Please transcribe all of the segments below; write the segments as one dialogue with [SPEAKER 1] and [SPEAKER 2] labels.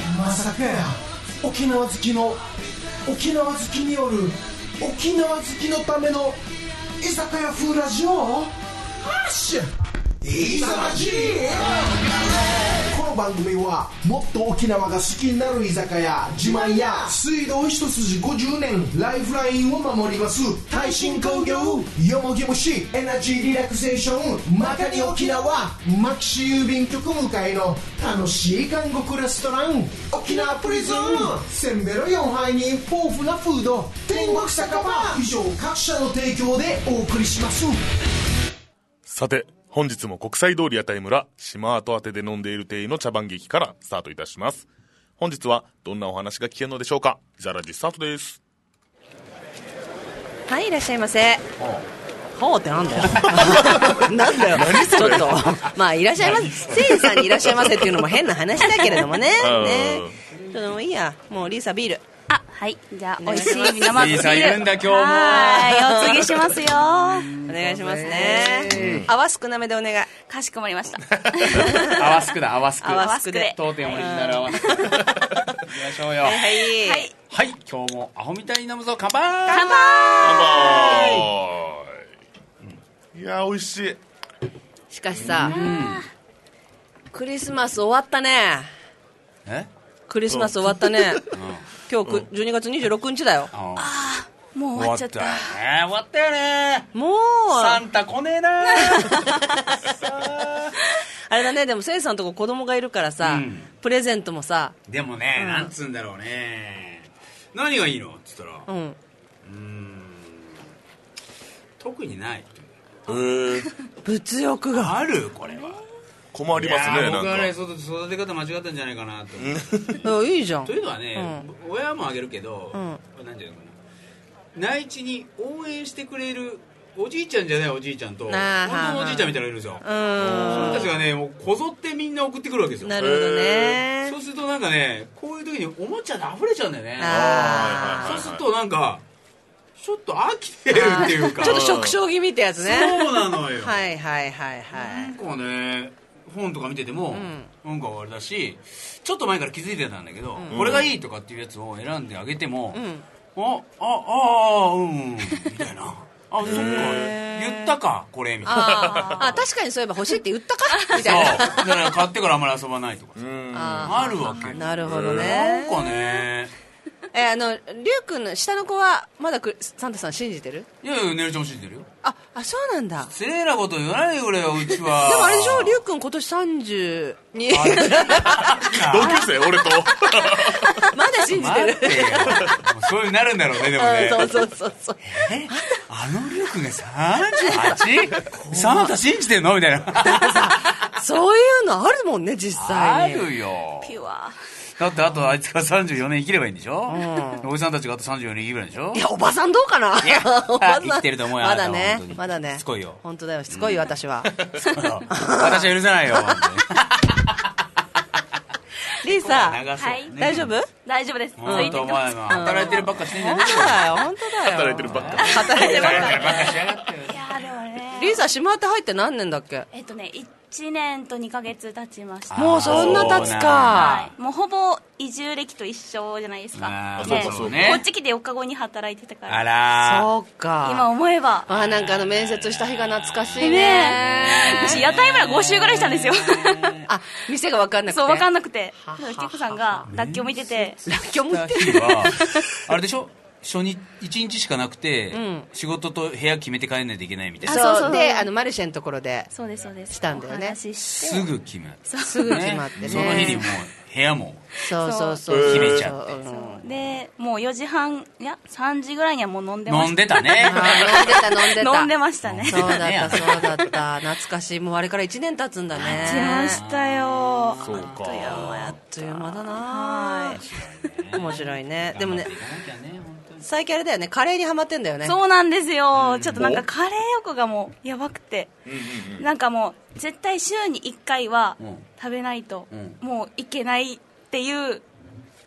[SPEAKER 1] ねえ沖縄好きの沖縄好きによる沖縄好きのための居酒屋風ラジオハッシュいざラジこの番組はもっと沖縄が好きになる居酒屋自慢や水道一筋50年ライフラインを守ります耐震工業よもぎ虫エナジーリラクゼーションまかに沖縄マキシ郵便局向かいの楽しい韓国レストラン沖縄プリズンせんべろ4杯に豊富なフード天国酒場以上各社の提供でお送りします
[SPEAKER 2] さて、本日も国際通り屋台村、島跡宛てで飲んでいる店員の茶番劇からスタートいたします。本日はどんなお話が聞けるのでしょうかじゃらじスタートです。
[SPEAKER 3] はい、いらっしゃいませ。ほうってなんだよ。 なんだよ。ちょっと、まあ、いらっしゃいませ。せいさんにいらっしゃいませっていうのも変な話だけれど もね。
[SPEAKER 2] うん
[SPEAKER 3] ね。ちょっともういいや。もうリーサビール。
[SPEAKER 4] あ、はい。じゃあ、美
[SPEAKER 3] 願い
[SPEAKER 4] 味
[SPEAKER 3] しま
[SPEAKER 4] し
[SPEAKER 3] す
[SPEAKER 4] い生ビ
[SPEAKER 5] リーさんいるんだ今日も
[SPEAKER 4] はい。お継ぎしますよ。
[SPEAKER 3] お願いしますね。泡少なめでお願い。
[SPEAKER 4] かしこまりました。
[SPEAKER 5] アワスクだアワスク
[SPEAKER 3] アワスクで。
[SPEAKER 5] 当店オリジナルアワスク行きましょうよ
[SPEAKER 3] は
[SPEAKER 4] はいい。。
[SPEAKER 5] はい今日もアホみたいに飲むぞ乾杯
[SPEAKER 4] 乾杯
[SPEAKER 2] はーい。いやー、美味しい。
[SPEAKER 3] しかしさ、クリスマス終わったね。
[SPEAKER 5] え
[SPEAKER 3] クリスマス終わったね。今日く、12月26日だよ。
[SPEAKER 5] あ
[SPEAKER 4] もう終わっちゃった。
[SPEAKER 5] ー終わったよね
[SPEAKER 3] もう、
[SPEAKER 5] サンタ来ねえな
[SPEAKER 3] あれだね、でもせいさんとこ子供がいるからさ、
[SPEAKER 5] うん
[SPEAKER 3] プレゼントもさ、
[SPEAKER 5] でもね、なんつうんだろうね何がいいのっつったら
[SPEAKER 3] うん。
[SPEAKER 5] 特にない
[SPEAKER 2] えー、
[SPEAKER 3] 物欲が。
[SPEAKER 5] あるこれは
[SPEAKER 2] 困ります
[SPEAKER 5] いや
[SPEAKER 2] ね、な
[SPEAKER 5] ー
[SPEAKER 2] ん
[SPEAKER 5] 僕は
[SPEAKER 2] か。
[SPEAKER 5] ね育て育て方間違ったんじゃないかなと思っ
[SPEAKER 3] う
[SPEAKER 5] て
[SPEAKER 3] んいいじゃん
[SPEAKER 5] と。いうのはね、親もあげるけど、
[SPEAKER 3] う
[SPEAKER 5] なんていうのかな内地に応援してくれるおじいちゃんじゃないおじいちゃんと本
[SPEAKER 3] あー
[SPEAKER 5] 当のおじいちゃんみたいなのがいるんですよ
[SPEAKER 3] うーん。
[SPEAKER 5] その人たちがねもうこぞってみんな送ってくるわけですよ
[SPEAKER 3] なるほどね
[SPEAKER 5] そ。うするとなんかねこういう時におもちゃで溢れちゃうんだよね
[SPEAKER 3] あ
[SPEAKER 5] そう
[SPEAKER 2] ー
[SPEAKER 5] するとなんかちょっと飽きてるっていうか
[SPEAKER 3] ちょっと食傷気味ってやつね。
[SPEAKER 5] そうなのよ
[SPEAKER 3] はいはいはい
[SPEAKER 5] な
[SPEAKER 3] は
[SPEAKER 5] んかね本とか見てても、なんかあれだしちょっと前から気づいてたんだけど、これがいいとかっていうやつを選んであげても、ああああうんみた いなあそっか言ったかこれみたいな
[SPEAKER 3] あ。あ、確かにそういえば欲しいって言ったかみ
[SPEAKER 5] そう
[SPEAKER 3] たいな。
[SPEAKER 5] だから買ってからあんまり遊ばないとかさあるわけ
[SPEAKER 3] なるほど
[SPEAKER 5] なん
[SPEAKER 3] ね。
[SPEAKER 5] かね
[SPEAKER 3] え、あの、りゅうくんの下の子は、まだくサンタさん信じてる
[SPEAKER 5] いやいやねるちゃんも信じてるよ
[SPEAKER 3] あ、あ、そうなんだ。
[SPEAKER 5] 失礼なこと言わないでくれようちは
[SPEAKER 3] でもあれでしょりゅうくん今年32。
[SPEAKER 2] 同級生俺と。
[SPEAKER 3] まだ信じて
[SPEAKER 5] 待
[SPEAKER 3] る
[SPEAKER 5] っ。て よもうそういうなるんだろうねで
[SPEAKER 3] う
[SPEAKER 5] も
[SPEAKER 3] ん
[SPEAKER 5] ね
[SPEAKER 3] そうそうそうそう。
[SPEAKER 5] えあのリュックが 38? サンタ信じてんのみたいな。
[SPEAKER 3] そういうのあるもんね、実
[SPEAKER 5] あ
[SPEAKER 3] 際に。
[SPEAKER 5] るよ。
[SPEAKER 4] ピュア。
[SPEAKER 5] だってあとあいつが34年生きればいいんでしょ、おじさんたちがあと34年生きればいいんでしょ
[SPEAKER 3] いや、おばさんどうかな
[SPEAKER 5] や
[SPEAKER 3] おばさん
[SPEAKER 5] 生きてると思うよ
[SPEAKER 3] まだ
[SPEAKER 5] あなたは
[SPEAKER 3] ね
[SPEAKER 5] 本当。に
[SPEAKER 3] まだね。
[SPEAKER 5] しつこいよ
[SPEAKER 3] 本当だよ、しつこいよ、私 は。
[SPEAKER 5] 私は許さないよ。本
[SPEAKER 3] リーさ
[SPEAKER 5] 当に、
[SPEAKER 4] はい
[SPEAKER 3] 大丈夫
[SPEAKER 4] 大丈夫です。つい
[SPEAKER 5] 本
[SPEAKER 4] てき
[SPEAKER 5] 当お
[SPEAKER 4] ます。
[SPEAKER 5] 前 は働いてるばっかしてんじゃ
[SPEAKER 3] 本
[SPEAKER 5] ね
[SPEAKER 3] 当だよ、本当だよ。
[SPEAKER 2] 働いてるばっか
[SPEAKER 3] 働いてるばっか
[SPEAKER 4] いやーでもね。
[SPEAKER 3] リーさ、島って入って何年だっけ
[SPEAKER 4] えっとね、1年と2ヶ月経ちました。
[SPEAKER 3] もうそんな経つ
[SPEAKER 4] は
[SPEAKER 3] か。
[SPEAKER 4] い。もうほぼ移住歴と一緒じゃないです
[SPEAKER 5] あ
[SPEAKER 4] か。
[SPEAKER 5] ー
[SPEAKER 4] ね
[SPEAKER 2] そうかそう
[SPEAKER 5] か
[SPEAKER 4] こっち来て4日後に働いてたか
[SPEAKER 5] あ
[SPEAKER 4] ら。
[SPEAKER 5] ら
[SPEAKER 3] そう
[SPEAKER 4] 今
[SPEAKER 3] か。
[SPEAKER 4] 思えば。
[SPEAKER 3] あ、なんかあの、面接した日が懐かしい
[SPEAKER 4] ね
[SPEAKER 3] ね。
[SPEAKER 4] 私、屋台村5周ぐらいしたんですよ。
[SPEAKER 3] あ、店が分かんなくて。
[SPEAKER 4] そう、わかん
[SPEAKER 3] な
[SPEAKER 4] なくて。だから、キクさんが、らっきょう見てて、
[SPEAKER 3] くて。今日も
[SPEAKER 5] ー。日は、あれでしょ初日、1日しかなくて、仕事と部屋決めて帰んないといけないみたいな。
[SPEAKER 4] そうそう
[SPEAKER 3] そう。で、あの、マルシェのところで、
[SPEAKER 4] そうです、そうです。
[SPEAKER 3] したんだよね
[SPEAKER 4] お話しして
[SPEAKER 5] すぐ決め
[SPEAKER 3] すぐ決まってね。
[SPEAKER 5] その日にもう部屋も
[SPEAKER 3] そうそうそ
[SPEAKER 2] そ
[SPEAKER 3] う。
[SPEAKER 2] う
[SPEAKER 5] 決めちゃって
[SPEAKER 3] そううん
[SPEAKER 4] で、もう4時半、いや、3時ぐらいにはもう飲んでました。
[SPEAKER 5] 飲んで たね
[SPEAKER 3] あ飲んでた、飲んでた。
[SPEAKER 4] 飲んでましたね。
[SPEAKER 3] そうだった、そうだった。懐かしい。もうあれから1年経つんだね。
[SPEAKER 4] しましたよ。
[SPEAKER 2] そうか。
[SPEAKER 3] あっという間だな面白いね。でもね、最近あれだよね、カレーにハマってんだよね。
[SPEAKER 4] そうなんですよ。ちょっとなんかカレー欲がもうやばくて。なんかもう、絶対週に1回は
[SPEAKER 5] うん
[SPEAKER 4] 食べないと
[SPEAKER 5] うん、
[SPEAKER 4] もういけないっていう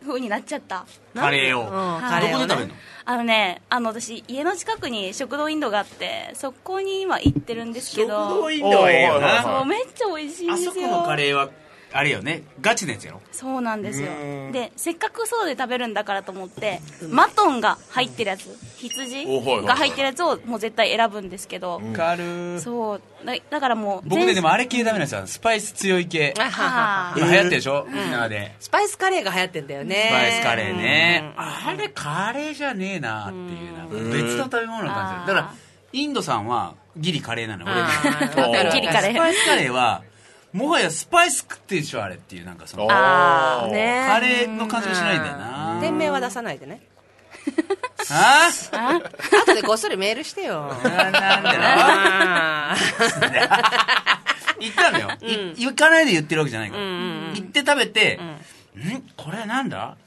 [SPEAKER 4] 風になっちゃった。
[SPEAKER 5] カレーを、
[SPEAKER 3] うん
[SPEAKER 5] カ
[SPEAKER 3] カ
[SPEAKER 5] レ
[SPEAKER 3] レ
[SPEAKER 5] ー
[SPEAKER 3] ー
[SPEAKER 5] を
[SPEAKER 3] をね
[SPEAKER 5] ねどこで食べるの
[SPEAKER 4] あのね、あの私、家の近くに食堂インドがあって、そこに今行ってるんですけど、
[SPEAKER 5] イ
[SPEAKER 2] ンドはええよな
[SPEAKER 4] そうめっちゃ美味しいん
[SPEAKER 5] あ
[SPEAKER 4] です
[SPEAKER 5] そ
[SPEAKER 4] よ。
[SPEAKER 5] このカレーはあれよねガチのやつやろ
[SPEAKER 4] そうなんですよでせっかくそうで食べるんだからと思ってマトンが入ってるやつ羊
[SPEAKER 2] おはいはい
[SPEAKER 4] が入ってるやつをもう絶対選ぶんですけど、
[SPEAKER 5] かる
[SPEAKER 4] そうだだからもう
[SPEAKER 5] 僕ね
[SPEAKER 4] 全
[SPEAKER 5] でもあれ系ダメなんですよスパイス強い系
[SPEAKER 3] あはは
[SPEAKER 4] あー
[SPEAKER 5] 今流行ってるでしょみんなで
[SPEAKER 3] スパイスカレーが流行ってんだよね
[SPEAKER 5] スパイスカレーねあれカレーじゃねえなっていうなんか別の食べ物の感じだからインドさんはギリカレーなの俺
[SPEAKER 3] あー
[SPEAKER 5] だから
[SPEAKER 4] ギリカレー
[SPEAKER 5] スパイスカレーはもはやスパイス食ってるでしょあれっていうなんかその
[SPEAKER 3] ああ
[SPEAKER 2] ー
[SPEAKER 3] ね
[SPEAKER 5] カレーの感じがしないんだよな
[SPEAKER 3] 店名は出さないでね
[SPEAKER 5] あー
[SPEAKER 3] 後でこっそりメールしてよ
[SPEAKER 5] あーなんでな
[SPEAKER 3] あー
[SPEAKER 5] 行ったんだよ、い行かないで言ってるわけじゃないから、行って食べて、んこれなんだ、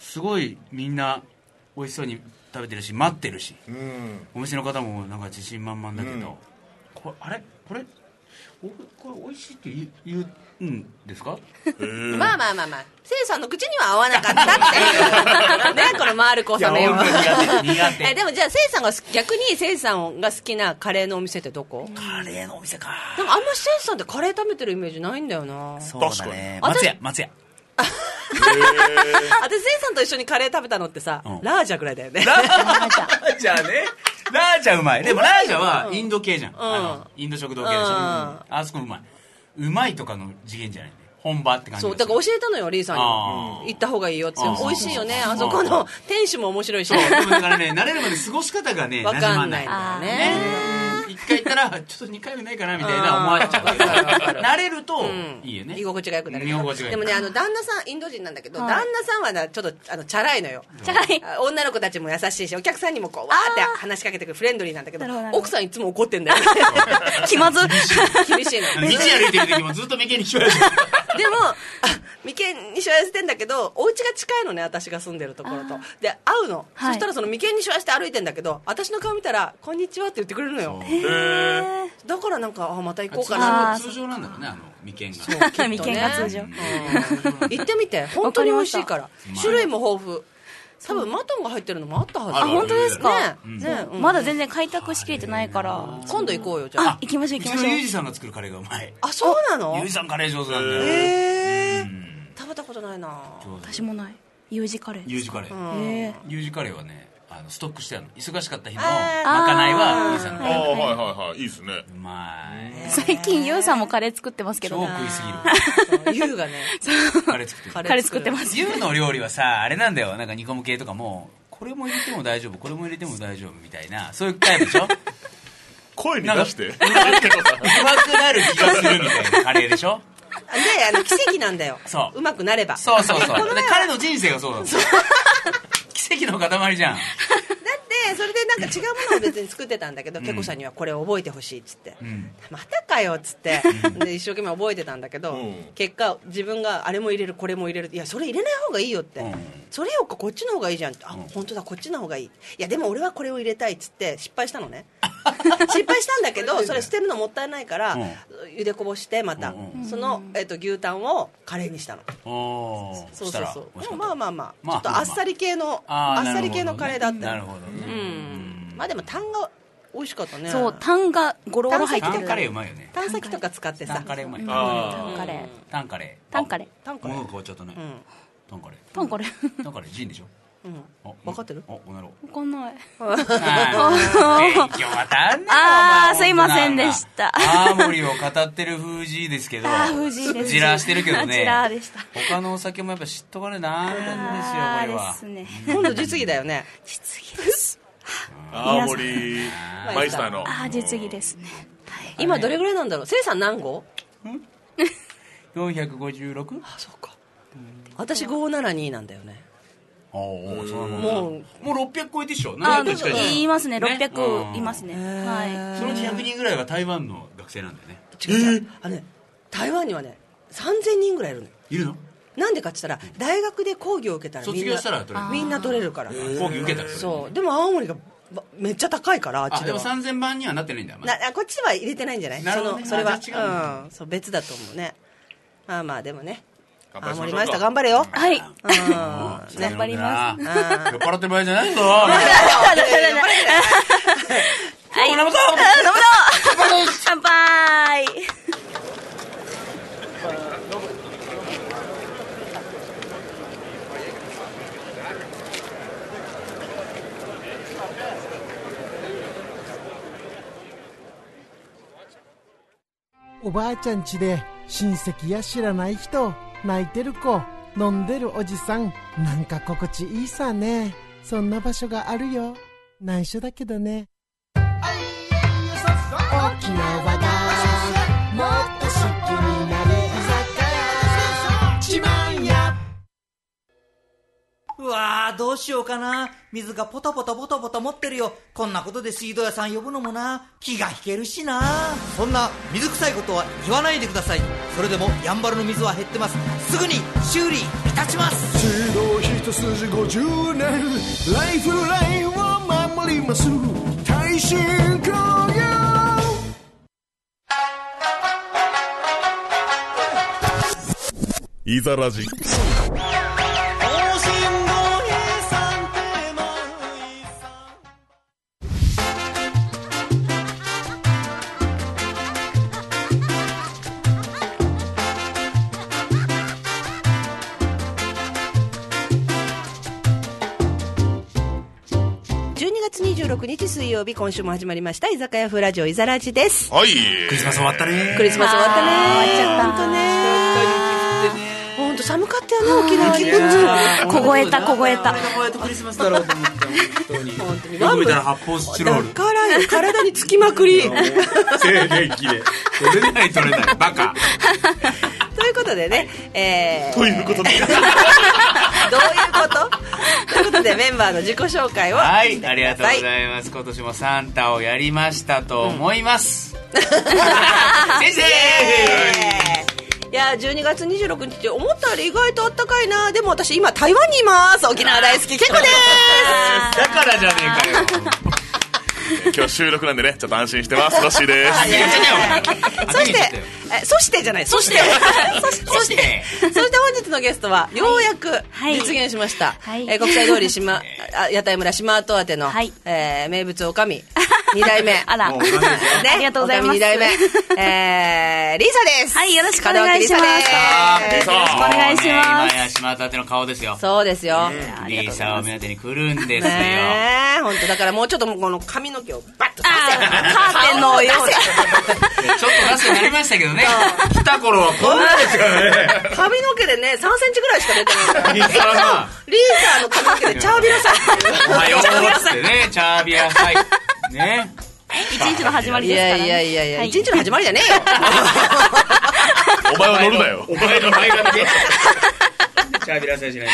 [SPEAKER 5] すごいみんな美味しそうに食べてるし待ってるし、
[SPEAKER 2] うん
[SPEAKER 5] お店の方もなんか自信満々だけど、これあれこれおこれ美味しいって言う言うんですか
[SPEAKER 3] まあまあまあまあせいさんの口には合わなかったっていうねこの丸子さんの絵はい
[SPEAKER 5] や本当に苦手苦手
[SPEAKER 3] えでもじゃあせいさんが好き逆にせいさんが好きなカレーのお店ってどこ
[SPEAKER 5] カレーのお店か
[SPEAKER 3] でもあんませいさんってカレー食べてるイメージないんだよな
[SPEAKER 5] そうう
[SPEAKER 2] だ
[SPEAKER 5] だね
[SPEAKER 2] ね
[SPEAKER 5] 松屋松屋
[SPEAKER 3] 私せいさんと一緒にカレー食べたのってさ、
[SPEAKER 5] うん
[SPEAKER 3] ラージャぐらいだよね
[SPEAKER 5] ラ ージャねラージャうまいでもラージャはインド系じゃん、あのインド食堂系でしょ、
[SPEAKER 3] うん
[SPEAKER 5] あそこうまいうまいとかの次元じゃないね本場って感じ
[SPEAKER 3] そうだから教えたのよリーさんに
[SPEAKER 5] あ
[SPEAKER 3] 行った方がいいよって
[SPEAKER 5] あー
[SPEAKER 3] 美味しいよね
[SPEAKER 5] そう
[SPEAKER 3] あ
[SPEAKER 5] そう
[SPEAKER 3] そ
[SPEAKER 5] そう
[SPEAKER 3] この店主も面白いし
[SPEAKER 5] そうでもだからね慣れるまで過ごし方がね
[SPEAKER 3] わ
[SPEAKER 5] 馴染
[SPEAKER 3] か
[SPEAKER 5] ま
[SPEAKER 3] んないん
[SPEAKER 5] ない
[SPEAKER 3] だよね
[SPEAKER 5] 一回行ったらちょっと2回目ないかなみたいな
[SPEAKER 3] うん
[SPEAKER 5] 思われちゃう
[SPEAKER 3] わかるわかる
[SPEAKER 5] 慣れると
[SPEAKER 3] うん
[SPEAKER 5] いいよね
[SPEAKER 3] 居心地が良くなる
[SPEAKER 5] 居心地がいい
[SPEAKER 3] でもねあの旦那さんインド人なんだけど、
[SPEAKER 4] はい
[SPEAKER 3] 旦那さんはなちょっとあのチャラいのよ
[SPEAKER 4] チャラい
[SPEAKER 3] あ 女の子たちも優しいしお客さんにもこうわーって話しかけてくるフレンドリーなんだけど
[SPEAKER 4] なるほどなるほど
[SPEAKER 3] 奥さんいつも怒ってんだよね
[SPEAKER 4] 気まず
[SPEAKER 3] 厳しいの
[SPEAKER 5] 道歩いてる時もずっと眉間にしわ寄せて
[SPEAKER 3] でもあ眉間にしわ寄せてんだけどお家が近いのね私が住んでるところとで会うの、
[SPEAKER 4] はい
[SPEAKER 3] そしたらその眉間にしわ寄せて歩いてんだけど私の顔見たら「こんにちは」って言ってくれるのよ
[SPEAKER 2] へえ
[SPEAKER 3] だからなんかあまた 行こうかな
[SPEAKER 4] あー
[SPEAKER 5] 通常なんだろうねあの眉間が
[SPEAKER 4] 眉間が通常
[SPEAKER 3] うん行って みて本当に美味しいから種類も豊富多分マトンが入ってるのもあったはず
[SPEAKER 2] あ
[SPEAKER 4] あ本当ですか、
[SPEAKER 3] ねえ
[SPEAKER 4] そう
[SPEAKER 3] ねえうん
[SPEAKER 4] まだ全然開拓しきれてないから
[SPEAKER 3] 今度行こうよじゃ
[SPEAKER 4] あ
[SPEAKER 3] あ
[SPEAKER 4] 行きましょう
[SPEAKER 5] う
[SPEAKER 4] 行
[SPEAKER 5] ち
[SPEAKER 4] きま
[SPEAKER 5] の
[SPEAKER 4] しょう
[SPEAKER 5] ユージさんが作るカレーがうまい
[SPEAKER 3] あそうなの
[SPEAKER 5] ユージさんカレー上手なんだよ、
[SPEAKER 3] へえ食べたことないな
[SPEAKER 4] 私もない U 字カレー
[SPEAKER 5] ユージカレー、
[SPEAKER 4] え
[SPEAKER 5] ユージカレーはねあのストックしてあるの忙しかった日の
[SPEAKER 3] あー
[SPEAKER 5] まかないはユージさん
[SPEAKER 2] あ
[SPEAKER 5] のカ
[SPEAKER 2] あ
[SPEAKER 5] レー
[SPEAKER 2] はいはいはいいいですね
[SPEAKER 5] うまい
[SPEAKER 4] ー最近 U さんもカレー作ってますけ
[SPEAKER 5] 超
[SPEAKER 4] ど
[SPEAKER 5] 食いすぎ
[SPEAKER 3] 優がね
[SPEAKER 5] るカレー作って
[SPEAKER 3] カ
[SPEAKER 5] る
[SPEAKER 4] カレー作ってますす
[SPEAKER 5] ユーの料理はさあれなんだよなんか煮込む系とかもこれも入れても大丈夫これも入れても大丈夫みたいなそういうタイプでしょ
[SPEAKER 2] 声に出して
[SPEAKER 5] うまくなる気がするみたいなカレーでしょ
[SPEAKER 3] であの奇跡なんだよ
[SPEAKER 5] そう
[SPEAKER 3] うまくなれば
[SPEAKER 5] そうそうそうで彼の人生がそうだもん奇跡の塊じゃん
[SPEAKER 3] だってそれでなんか違うものを別に作ってたんだけど、けこさんにはこれを覚えてほしいっつって、
[SPEAKER 5] ん
[SPEAKER 3] またかよっつって、で一生懸命覚えてたんだけど、
[SPEAKER 2] うん
[SPEAKER 3] 結果自分があれも入れるこれも入れるいやそれ入れない方がいいよって、
[SPEAKER 5] うん
[SPEAKER 3] それよっかこっちの方がいいじゃんってあ、本当だこっちの方がいいいやでも俺はこれを入れたいっつって失敗したのね 失敗したんだけどそれ捨てるのもったいないから、
[SPEAKER 5] うん
[SPEAKER 3] 茹でこぼしてまた、
[SPEAKER 5] うん
[SPEAKER 3] その、えっと牛タンをカレーにしたの
[SPEAKER 5] おー
[SPEAKER 3] そう
[SPEAKER 5] した
[SPEAKER 3] そう
[SPEAKER 5] ら
[SPEAKER 3] そう
[SPEAKER 5] 美味し
[SPEAKER 3] でも
[SPEAKER 5] かっ
[SPEAKER 3] まあ
[SPEAKER 5] た
[SPEAKER 3] まあまあ、
[SPEAKER 5] ま
[SPEAKER 3] ち
[SPEAKER 5] あ
[SPEAKER 3] ょっとあっさり系のあ,、
[SPEAKER 5] あー
[SPEAKER 3] っさり系のカレーだったの
[SPEAKER 5] なるほどねなるほどね
[SPEAKER 3] まあでもタンが美味しかったね
[SPEAKER 4] そうタンがゴロゴロ入って
[SPEAKER 5] タ
[SPEAKER 4] る
[SPEAKER 5] ンカレーうまいよね
[SPEAKER 3] 探査機とか使って
[SPEAKER 5] タ
[SPEAKER 3] さ
[SPEAKER 5] ンカレーうまい
[SPEAKER 4] うん
[SPEAKER 2] あ
[SPEAKER 4] タンカレー
[SPEAKER 5] タンカレー
[SPEAKER 4] タンカレー
[SPEAKER 3] タンカレ
[SPEAKER 5] 物
[SPEAKER 3] ー
[SPEAKER 5] が変わっちゃったね
[SPEAKER 3] ん
[SPEAKER 5] タンカレ
[SPEAKER 4] タンカレー
[SPEAKER 5] ータンカレージンでしょ
[SPEAKER 3] うん
[SPEAKER 5] あ
[SPEAKER 3] わかってる
[SPEAKER 5] あおなろ
[SPEAKER 4] わかん ない
[SPEAKER 5] あー勉強は足んねえな
[SPEAKER 4] あーすいませんでした
[SPEAKER 5] 青森を語ってる風じですけど
[SPEAKER 4] あー藤井です
[SPEAKER 5] じらしてるけどね
[SPEAKER 4] じらでした
[SPEAKER 5] 他のお酒もやっぱ知っとかねダメ
[SPEAKER 4] あ
[SPEAKER 5] なんですよこれ
[SPEAKER 4] ー
[SPEAKER 5] は
[SPEAKER 4] ですね
[SPEAKER 3] 今度実技だよね
[SPEAKER 4] 実技です
[SPEAKER 2] 青森マイスターの
[SPEAKER 4] ああ実技ですねはい
[SPEAKER 3] 今どれぐらいなんだろうせいさん何号
[SPEAKER 5] 456?
[SPEAKER 3] あそうか私572なんだよね
[SPEAKER 5] あーそうなの
[SPEAKER 3] もう
[SPEAKER 5] もう600超えてっしょ
[SPEAKER 4] あ
[SPEAKER 5] 700近いでしょ
[SPEAKER 4] 言いますね
[SPEAKER 5] うん
[SPEAKER 4] 600いますねはい
[SPEAKER 5] そのうち100人ぐらいが台湾の学生なんだよね
[SPEAKER 3] 違う違うあのね台湾にはね3000人ぐらいいるのよ
[SPEAKER 5] いるの
[SPEAKER 3] なんでかって言ったら大学で講義を受けたらみんな
[SPEAKER 5] 卒業したら取れる
[SPEAKER 3] みんな取れるから
[SPEAKER 5] 講義受けたら取れる
[SPEAKER 3] そうでも青森がばめっちゃ高いからあっ
[SPEAKER 5] あ
[SPEAKER 3] ち
[SPEAKER 5] で
[SPEAKER 3] で
[SPEAKER 5] も
[SPEAKER 3] は
[SPEAKER 5] 3000番にはなってないんだまだ
[SPEAKER 3] なあこっちは入れてないんじゃない
[SPEAKER 5] なる
[SPEAKER 3] そ
[SPEAKER 5] ほど
[SPEAKER 3] の
[SPEAKER 5] ね
[SPEAKER 3] それは
[SPEAKER 5] あじゃあ違う
[SPEAKER 3] うんそう別だと思うねまあまあでもね
[SPEAKER 2] 乾杯
[SPEAKER 3] 青
[SPEAKER 2] しましょうか
[SPEAKER 3] 森マイスター頑張れよ
[SPEAKER 4] はい
[SPEAKER 3] うんね
[SPEAKER 4] 頑張ります
[SPEAKER 5] 酔っ払ってる場合じゃないぞ
[SPEAKER 4] はい
[SPEAKER 5] 飲むぞ
[SPEAKER 4] 乾杯
[SPEAKER 6] おばあちゃん家で親戚や知らない人泣いてる子飲んでるおじさんなんか心地いいさねそんな場所があるよ内緒だけどね沖縄だもっと好きになれ居酒屋自慢や
[SPEAKER 7] うわーどうしようかな水がポタポタポタポタ持ってるよこんなことで水道屋さん呼ぶのもな気が引けるしなそんな水臭いことは言わないでくださいそれでもやんばるの水は減ってますすぐに修理いたします
[SPEAKER 1] 水道一筋50年ライフラインを守ります耐震工業
[SPEAKER 2] いざラジ。
[SPEAKER 3] 12月26日水曜日今週も始まりました居酒屋風ラジオいざらじです
[SPEAKER 2] はい。
[SPEAKER 5] クリスマス終わったね
[SPEAKER 3] クリスマス終わったね
[SPEAKER 4] あー終わっちゃった
[SPEAKER 3] 本当ね本当寒かったよね沖縄
[SPEAKER 5] いや
[SPEAKER 3] ね
[SPEAKER 5] ー
[SPEAKER 4] 凍えた凍えた
[SPEAKER 5] 俺が凍えたクリスマスだろうと思った本当に
[SPEAKER 3] 本当に
[SPEAKER 5] よく見たら発泡スチロール
[SPEAKER 3] からよ体につきまくりという
[SPEAKER 5] 静電気で取れない取れない バカ
[SPEAKER 3] ことでね、えー、
[SPEAKER 2] ということで、
[SPEAKER 3] どういうことということでメンバーの自己紹介を
[SPEAKER 5] は
[SPEAKER 3] してくだ
[SPEAKER 5] い
[SPEAKER 3] さ
[SPEAKER 5] ありがとうございます今年もサンタをやりましたと思い ます、先生
[SPEAKER 3] いやー12月26日って思ったより意外とあったかいなでも私今台湾にいます沖縄大好きけこです
[SPEAKER 5] だからじゃねえかよ
[SPEAKER 2] 今日収録なんでね、ちょっと安心してます。ロッシーです。
[SPEAKER 5] 言っちゃったよ
[SPEAKER 3] そしてえそしてじゃないそしてそして
[SPEAKER 5] そして
[SPEAKER 3] そして本日のゲストはようやく
[SPEAKER 4] はい
[SPEAKER 3] 実現しました、
[SPEAKER 4] はい
[SPEAKER 3] えー国際通り 島あ屋台村島跡宛ての、
[SPEAKER 4] はい
[SPEAKER 3] えー名物おかみ2代 目
[SPEAKER 4] あら
[SPEAKER 5] もうおかみですよ
[SPEAKER 4] ありがとうございます
[SPEAKER 3] 2代目、えー、リサです
[SPEAKER 4] はいよろしくお願いします
[SPEAKER 3] 門脇リサです
[SPEAKER 2] よろしくお
[SPEAKER 4] 願いします
[SPEAKER 5] もうね今や島たての顔ですよ
[SPEAKER 3] そうですよ、
[SPEAKER 5] リーサーを目当てに来るんですよ
[SPEAKER 3] ねえ本当だからもうちょっともうこの髪の毛をバッとさせ
[SPEAKER 4] あーカーテンのよう
[SPEAKER 5] ちょっとラストになりましたけどね来た頃はこんなですからね
[SPEAKER 3] 髪の毛でね3センチぐらいしか出てないから
[SPEAKER 5] リーサーが
[SPEAKER 3] リーサーの髪 の毛でチャービラさ
[SPEAKER 5] おはよ
[SPEAKER 3] ん
[SPEAKER 5] うっつってねチャービアサイね
[SPEAKER 4] 一日の始まり
[SPEAKER 3] い
[SPEAKER 4] ですから
[SPEAKER 3] や
[SPEAKER 4] ね
[SPEAKER 3] いやいやいや、
[SPEAKER 4] はい
[SPEAKER 3] 一日の始まりじゃね えよ
[SPEAKER 2] お前は乗るなよ。
[SPEAKER 5] お前の前髪でチャービアサイしない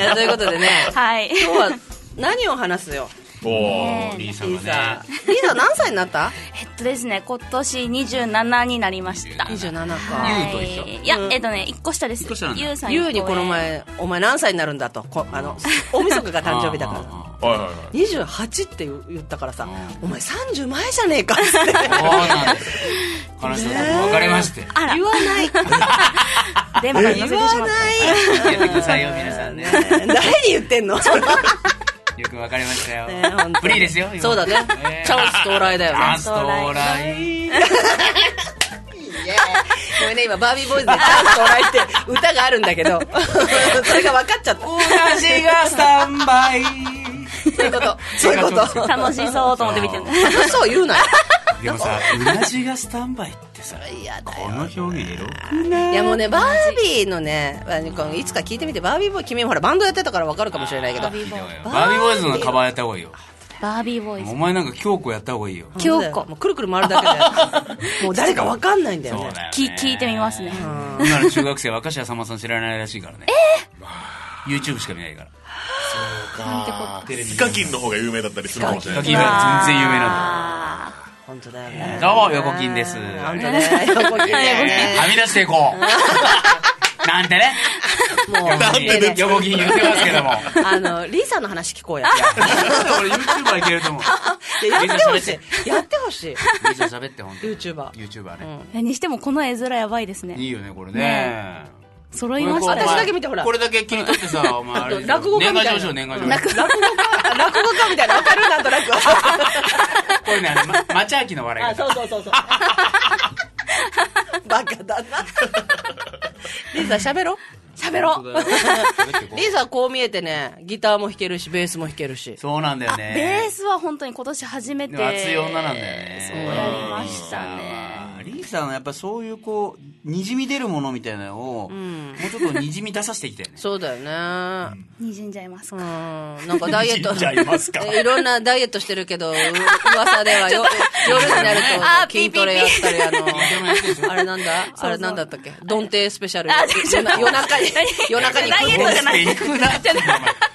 [SPEAKER 3] いやということでね、
[SPEAKER 4] はい
[SPEAKER 3] 今日は何を話すよ
[SPEAKER 2] おー。
[SPEAKER 5] とリーサ
[SPEAKER 3] リー
[SPEAKER 5] ーが
[SPEAKER 3] サ
[SPEAKER 5] ね
[SPEAKER 3] ーリーサー何歳になった
[SPEAKER 4] えっとですね今年27になりました
[SPEAKER 3] 27か、
[SPEAKER 5] ゆうと一緒
[SPEAKER 4] いや、えっとね、1個下です
[SPEAKER 5] 一個下なん。だ
[SPEAKER 4] ゆうさん
[SPEAKER 3] ゆうに
[SPEAKER 4] 一個
[SPEAKER 3] こ
[SPEAKER 4] 上
[SPEAKER 3] の。前お前何歳になるんだとこあの大晦日が誕生日 だから
[SPEAKER 5] あ
[SPEAKER 2] はいはいはい。
[SPEAKER 3] 28って言ったからさお前30前じゃねえかっつって
[SPEAKER 5] ーそうなんですこの人と別れまして
[SPEAKER 4] あら、
[SPEAKER 3] 言わない
[SPEAKER 4] 電波に乗せてしまっ
[SPEAKER 5] 言ってくださいよ皆さんね
[SPEAKER 3] 誰に言って んの
[SPEAKER 5] よくわかりましたよ。
[SPEAKER 3] ね本当
[SPEAKER 5] フリーですよ。今
[SPEAKER 3] そうだねチャンス到来だよね
[SPEAKER 5] チャンス到来。
[SPEAKER 3] ごめんね今バービーボーイズで「チャンス到来」って歌があるんだけ どそれが分かっちゃった
[SPEAKER 5] 私がスタンバイ。
[SPEAKER 3] そういうことそういうこと
[SPEAKER 5] そう
[SPEAKER 4] た。楽しそうと思って見てる。
[SPEAKER 3] 嘘を言うなよ
[SPEAKER 5] でもさ、うなじがスタンバイってさ、この表現エロくない
[SPEAKER 3] いやもうねバービーのねあのこのいつか聞いてみてバービーボーイ君ほらバンドやってたから分かるかもしれないけど
[SPEAKER 4] バービーボーイ。
[SPEAKER 5] バービーボーイズのカバーやった方がいいよ。
[SPEAKER 4] バービーボーイズ
[SPEAKER 5] お。前なんか京子やった方がいいよ。
[SPEAKER 4] 京
[SPEAKER 3] そうだよ
[SPEAKER 4] 子
[SPEAKER 3] もう。くるくる回る だけでもう誰か分かんないんだよね
[SPEAKER 5] よ
[SPEAKER 4] き聞いてみますね。
[SPEAKER 5] 今の中学生、若狭さんまさん知らないらしいからね。え YouTube しか見ないから。
[SPEAKER 2] ヒカキンの方が有名だったりするかもしれない。
[SPEAKER 5] 今は全然有名なん
[SPEAKER 4] あ
[SPEAKER 3] 本当だよね
[SPEAKER 5] だよ。どうも、横金です。
[SPEAKER 3] 本当ね横切り ね
[SPEAKER 5] はみ出していこ う。なんてね。
[SPEAKER 3] もう
[SPEAKER 5] なんて横金言ってますけども。
[SPEAKER 3] あのリーさんの話聞こうや
[SPEAKER 5] 俺 YouTuber いける と思う。
[SPEAKER 3] いややってほしいやってほしい
[SPEAKER 5] めっちゃ喋って、本当に。
[SPEAKER 3] YouTuber
[SPEAKER 5] YouTuber ね。
[SPEAKER 4] ーにしてもこの絵面やばいですね。
[SPEAKER 5] いいよね、これね。
[SPEAKER 4] 揃いまし
[SPEAKER 5] こ
[SPEAKER 4] た
[SPEAKER 5] れ
[SPEAKER 4] ね
[SPEAKER 3] 私。だけ見てほら
[SPEAKER 5] これだけ切り取ってさ、お前あれだよ。
[SPEAKER 3] 落語家
[SPEAKER 5] 年
[SPEAKER 3] みた
[SPEAKER 5] 賀
[SPEAKER 3] いな
[SPEAKER 5] 状書、年賀状
[SPEAKER 3] 落
[SPEAKER 5] 書。
[SPEAKER 3] 語家落語家みたいな分かるなんとなく
[SPEAKER 5] これね、あのまマチャーキの笑い
[SPEAKER 3] あ
[SPEAKER 5] 方。
[SPEAKER 3] そうそうそうそう バカだな。リーザ喋ろ。
[SPEAKER 4] 喋ろう。
[SPEAKER 3] リーザこう見えてね、ギターも弾けるし、ベースも弾けるし。
[SPEAKER 5] そうなんだよね
[SPEAKER 4] ベースは本当に今年初めて。
[SPEAKER 5] でも熱い女なんだよね
[SPEAKER 4] そうやりましたね。
[SPEAKER 5] リーさんはやっぱそういうこうにじみ出るものみたいなのを、もうちょっとにじみ出させていきたいね
[SPEAKER 3] そうだよね。
[SPEAKER 4] にじんじゃいます
[SPEAKER 3] うん、
[SPEAKER 4] か。
[SPEAKER 3] なんかダイエ ット。
[SPEAKER 2] 死んじゃいます か
[SPEAKER 3] いろんなダイエットしてるけど、う噂で はよ夜になる
[SPEAKER 4] あー
[SPEAKER 3] と筋トレやったり、あ の、あれなんだ
[SPEAKER 4] う
[SPEAKER 3] あれなんだったっけドンテスペシャル。
[SPEAKER 4] あ違う
[SPEAKER 3] 夜夜 中に、夜中に
[SPEAKER 4] ダイエットじゃない。
[SPEAKER 5] 行くなって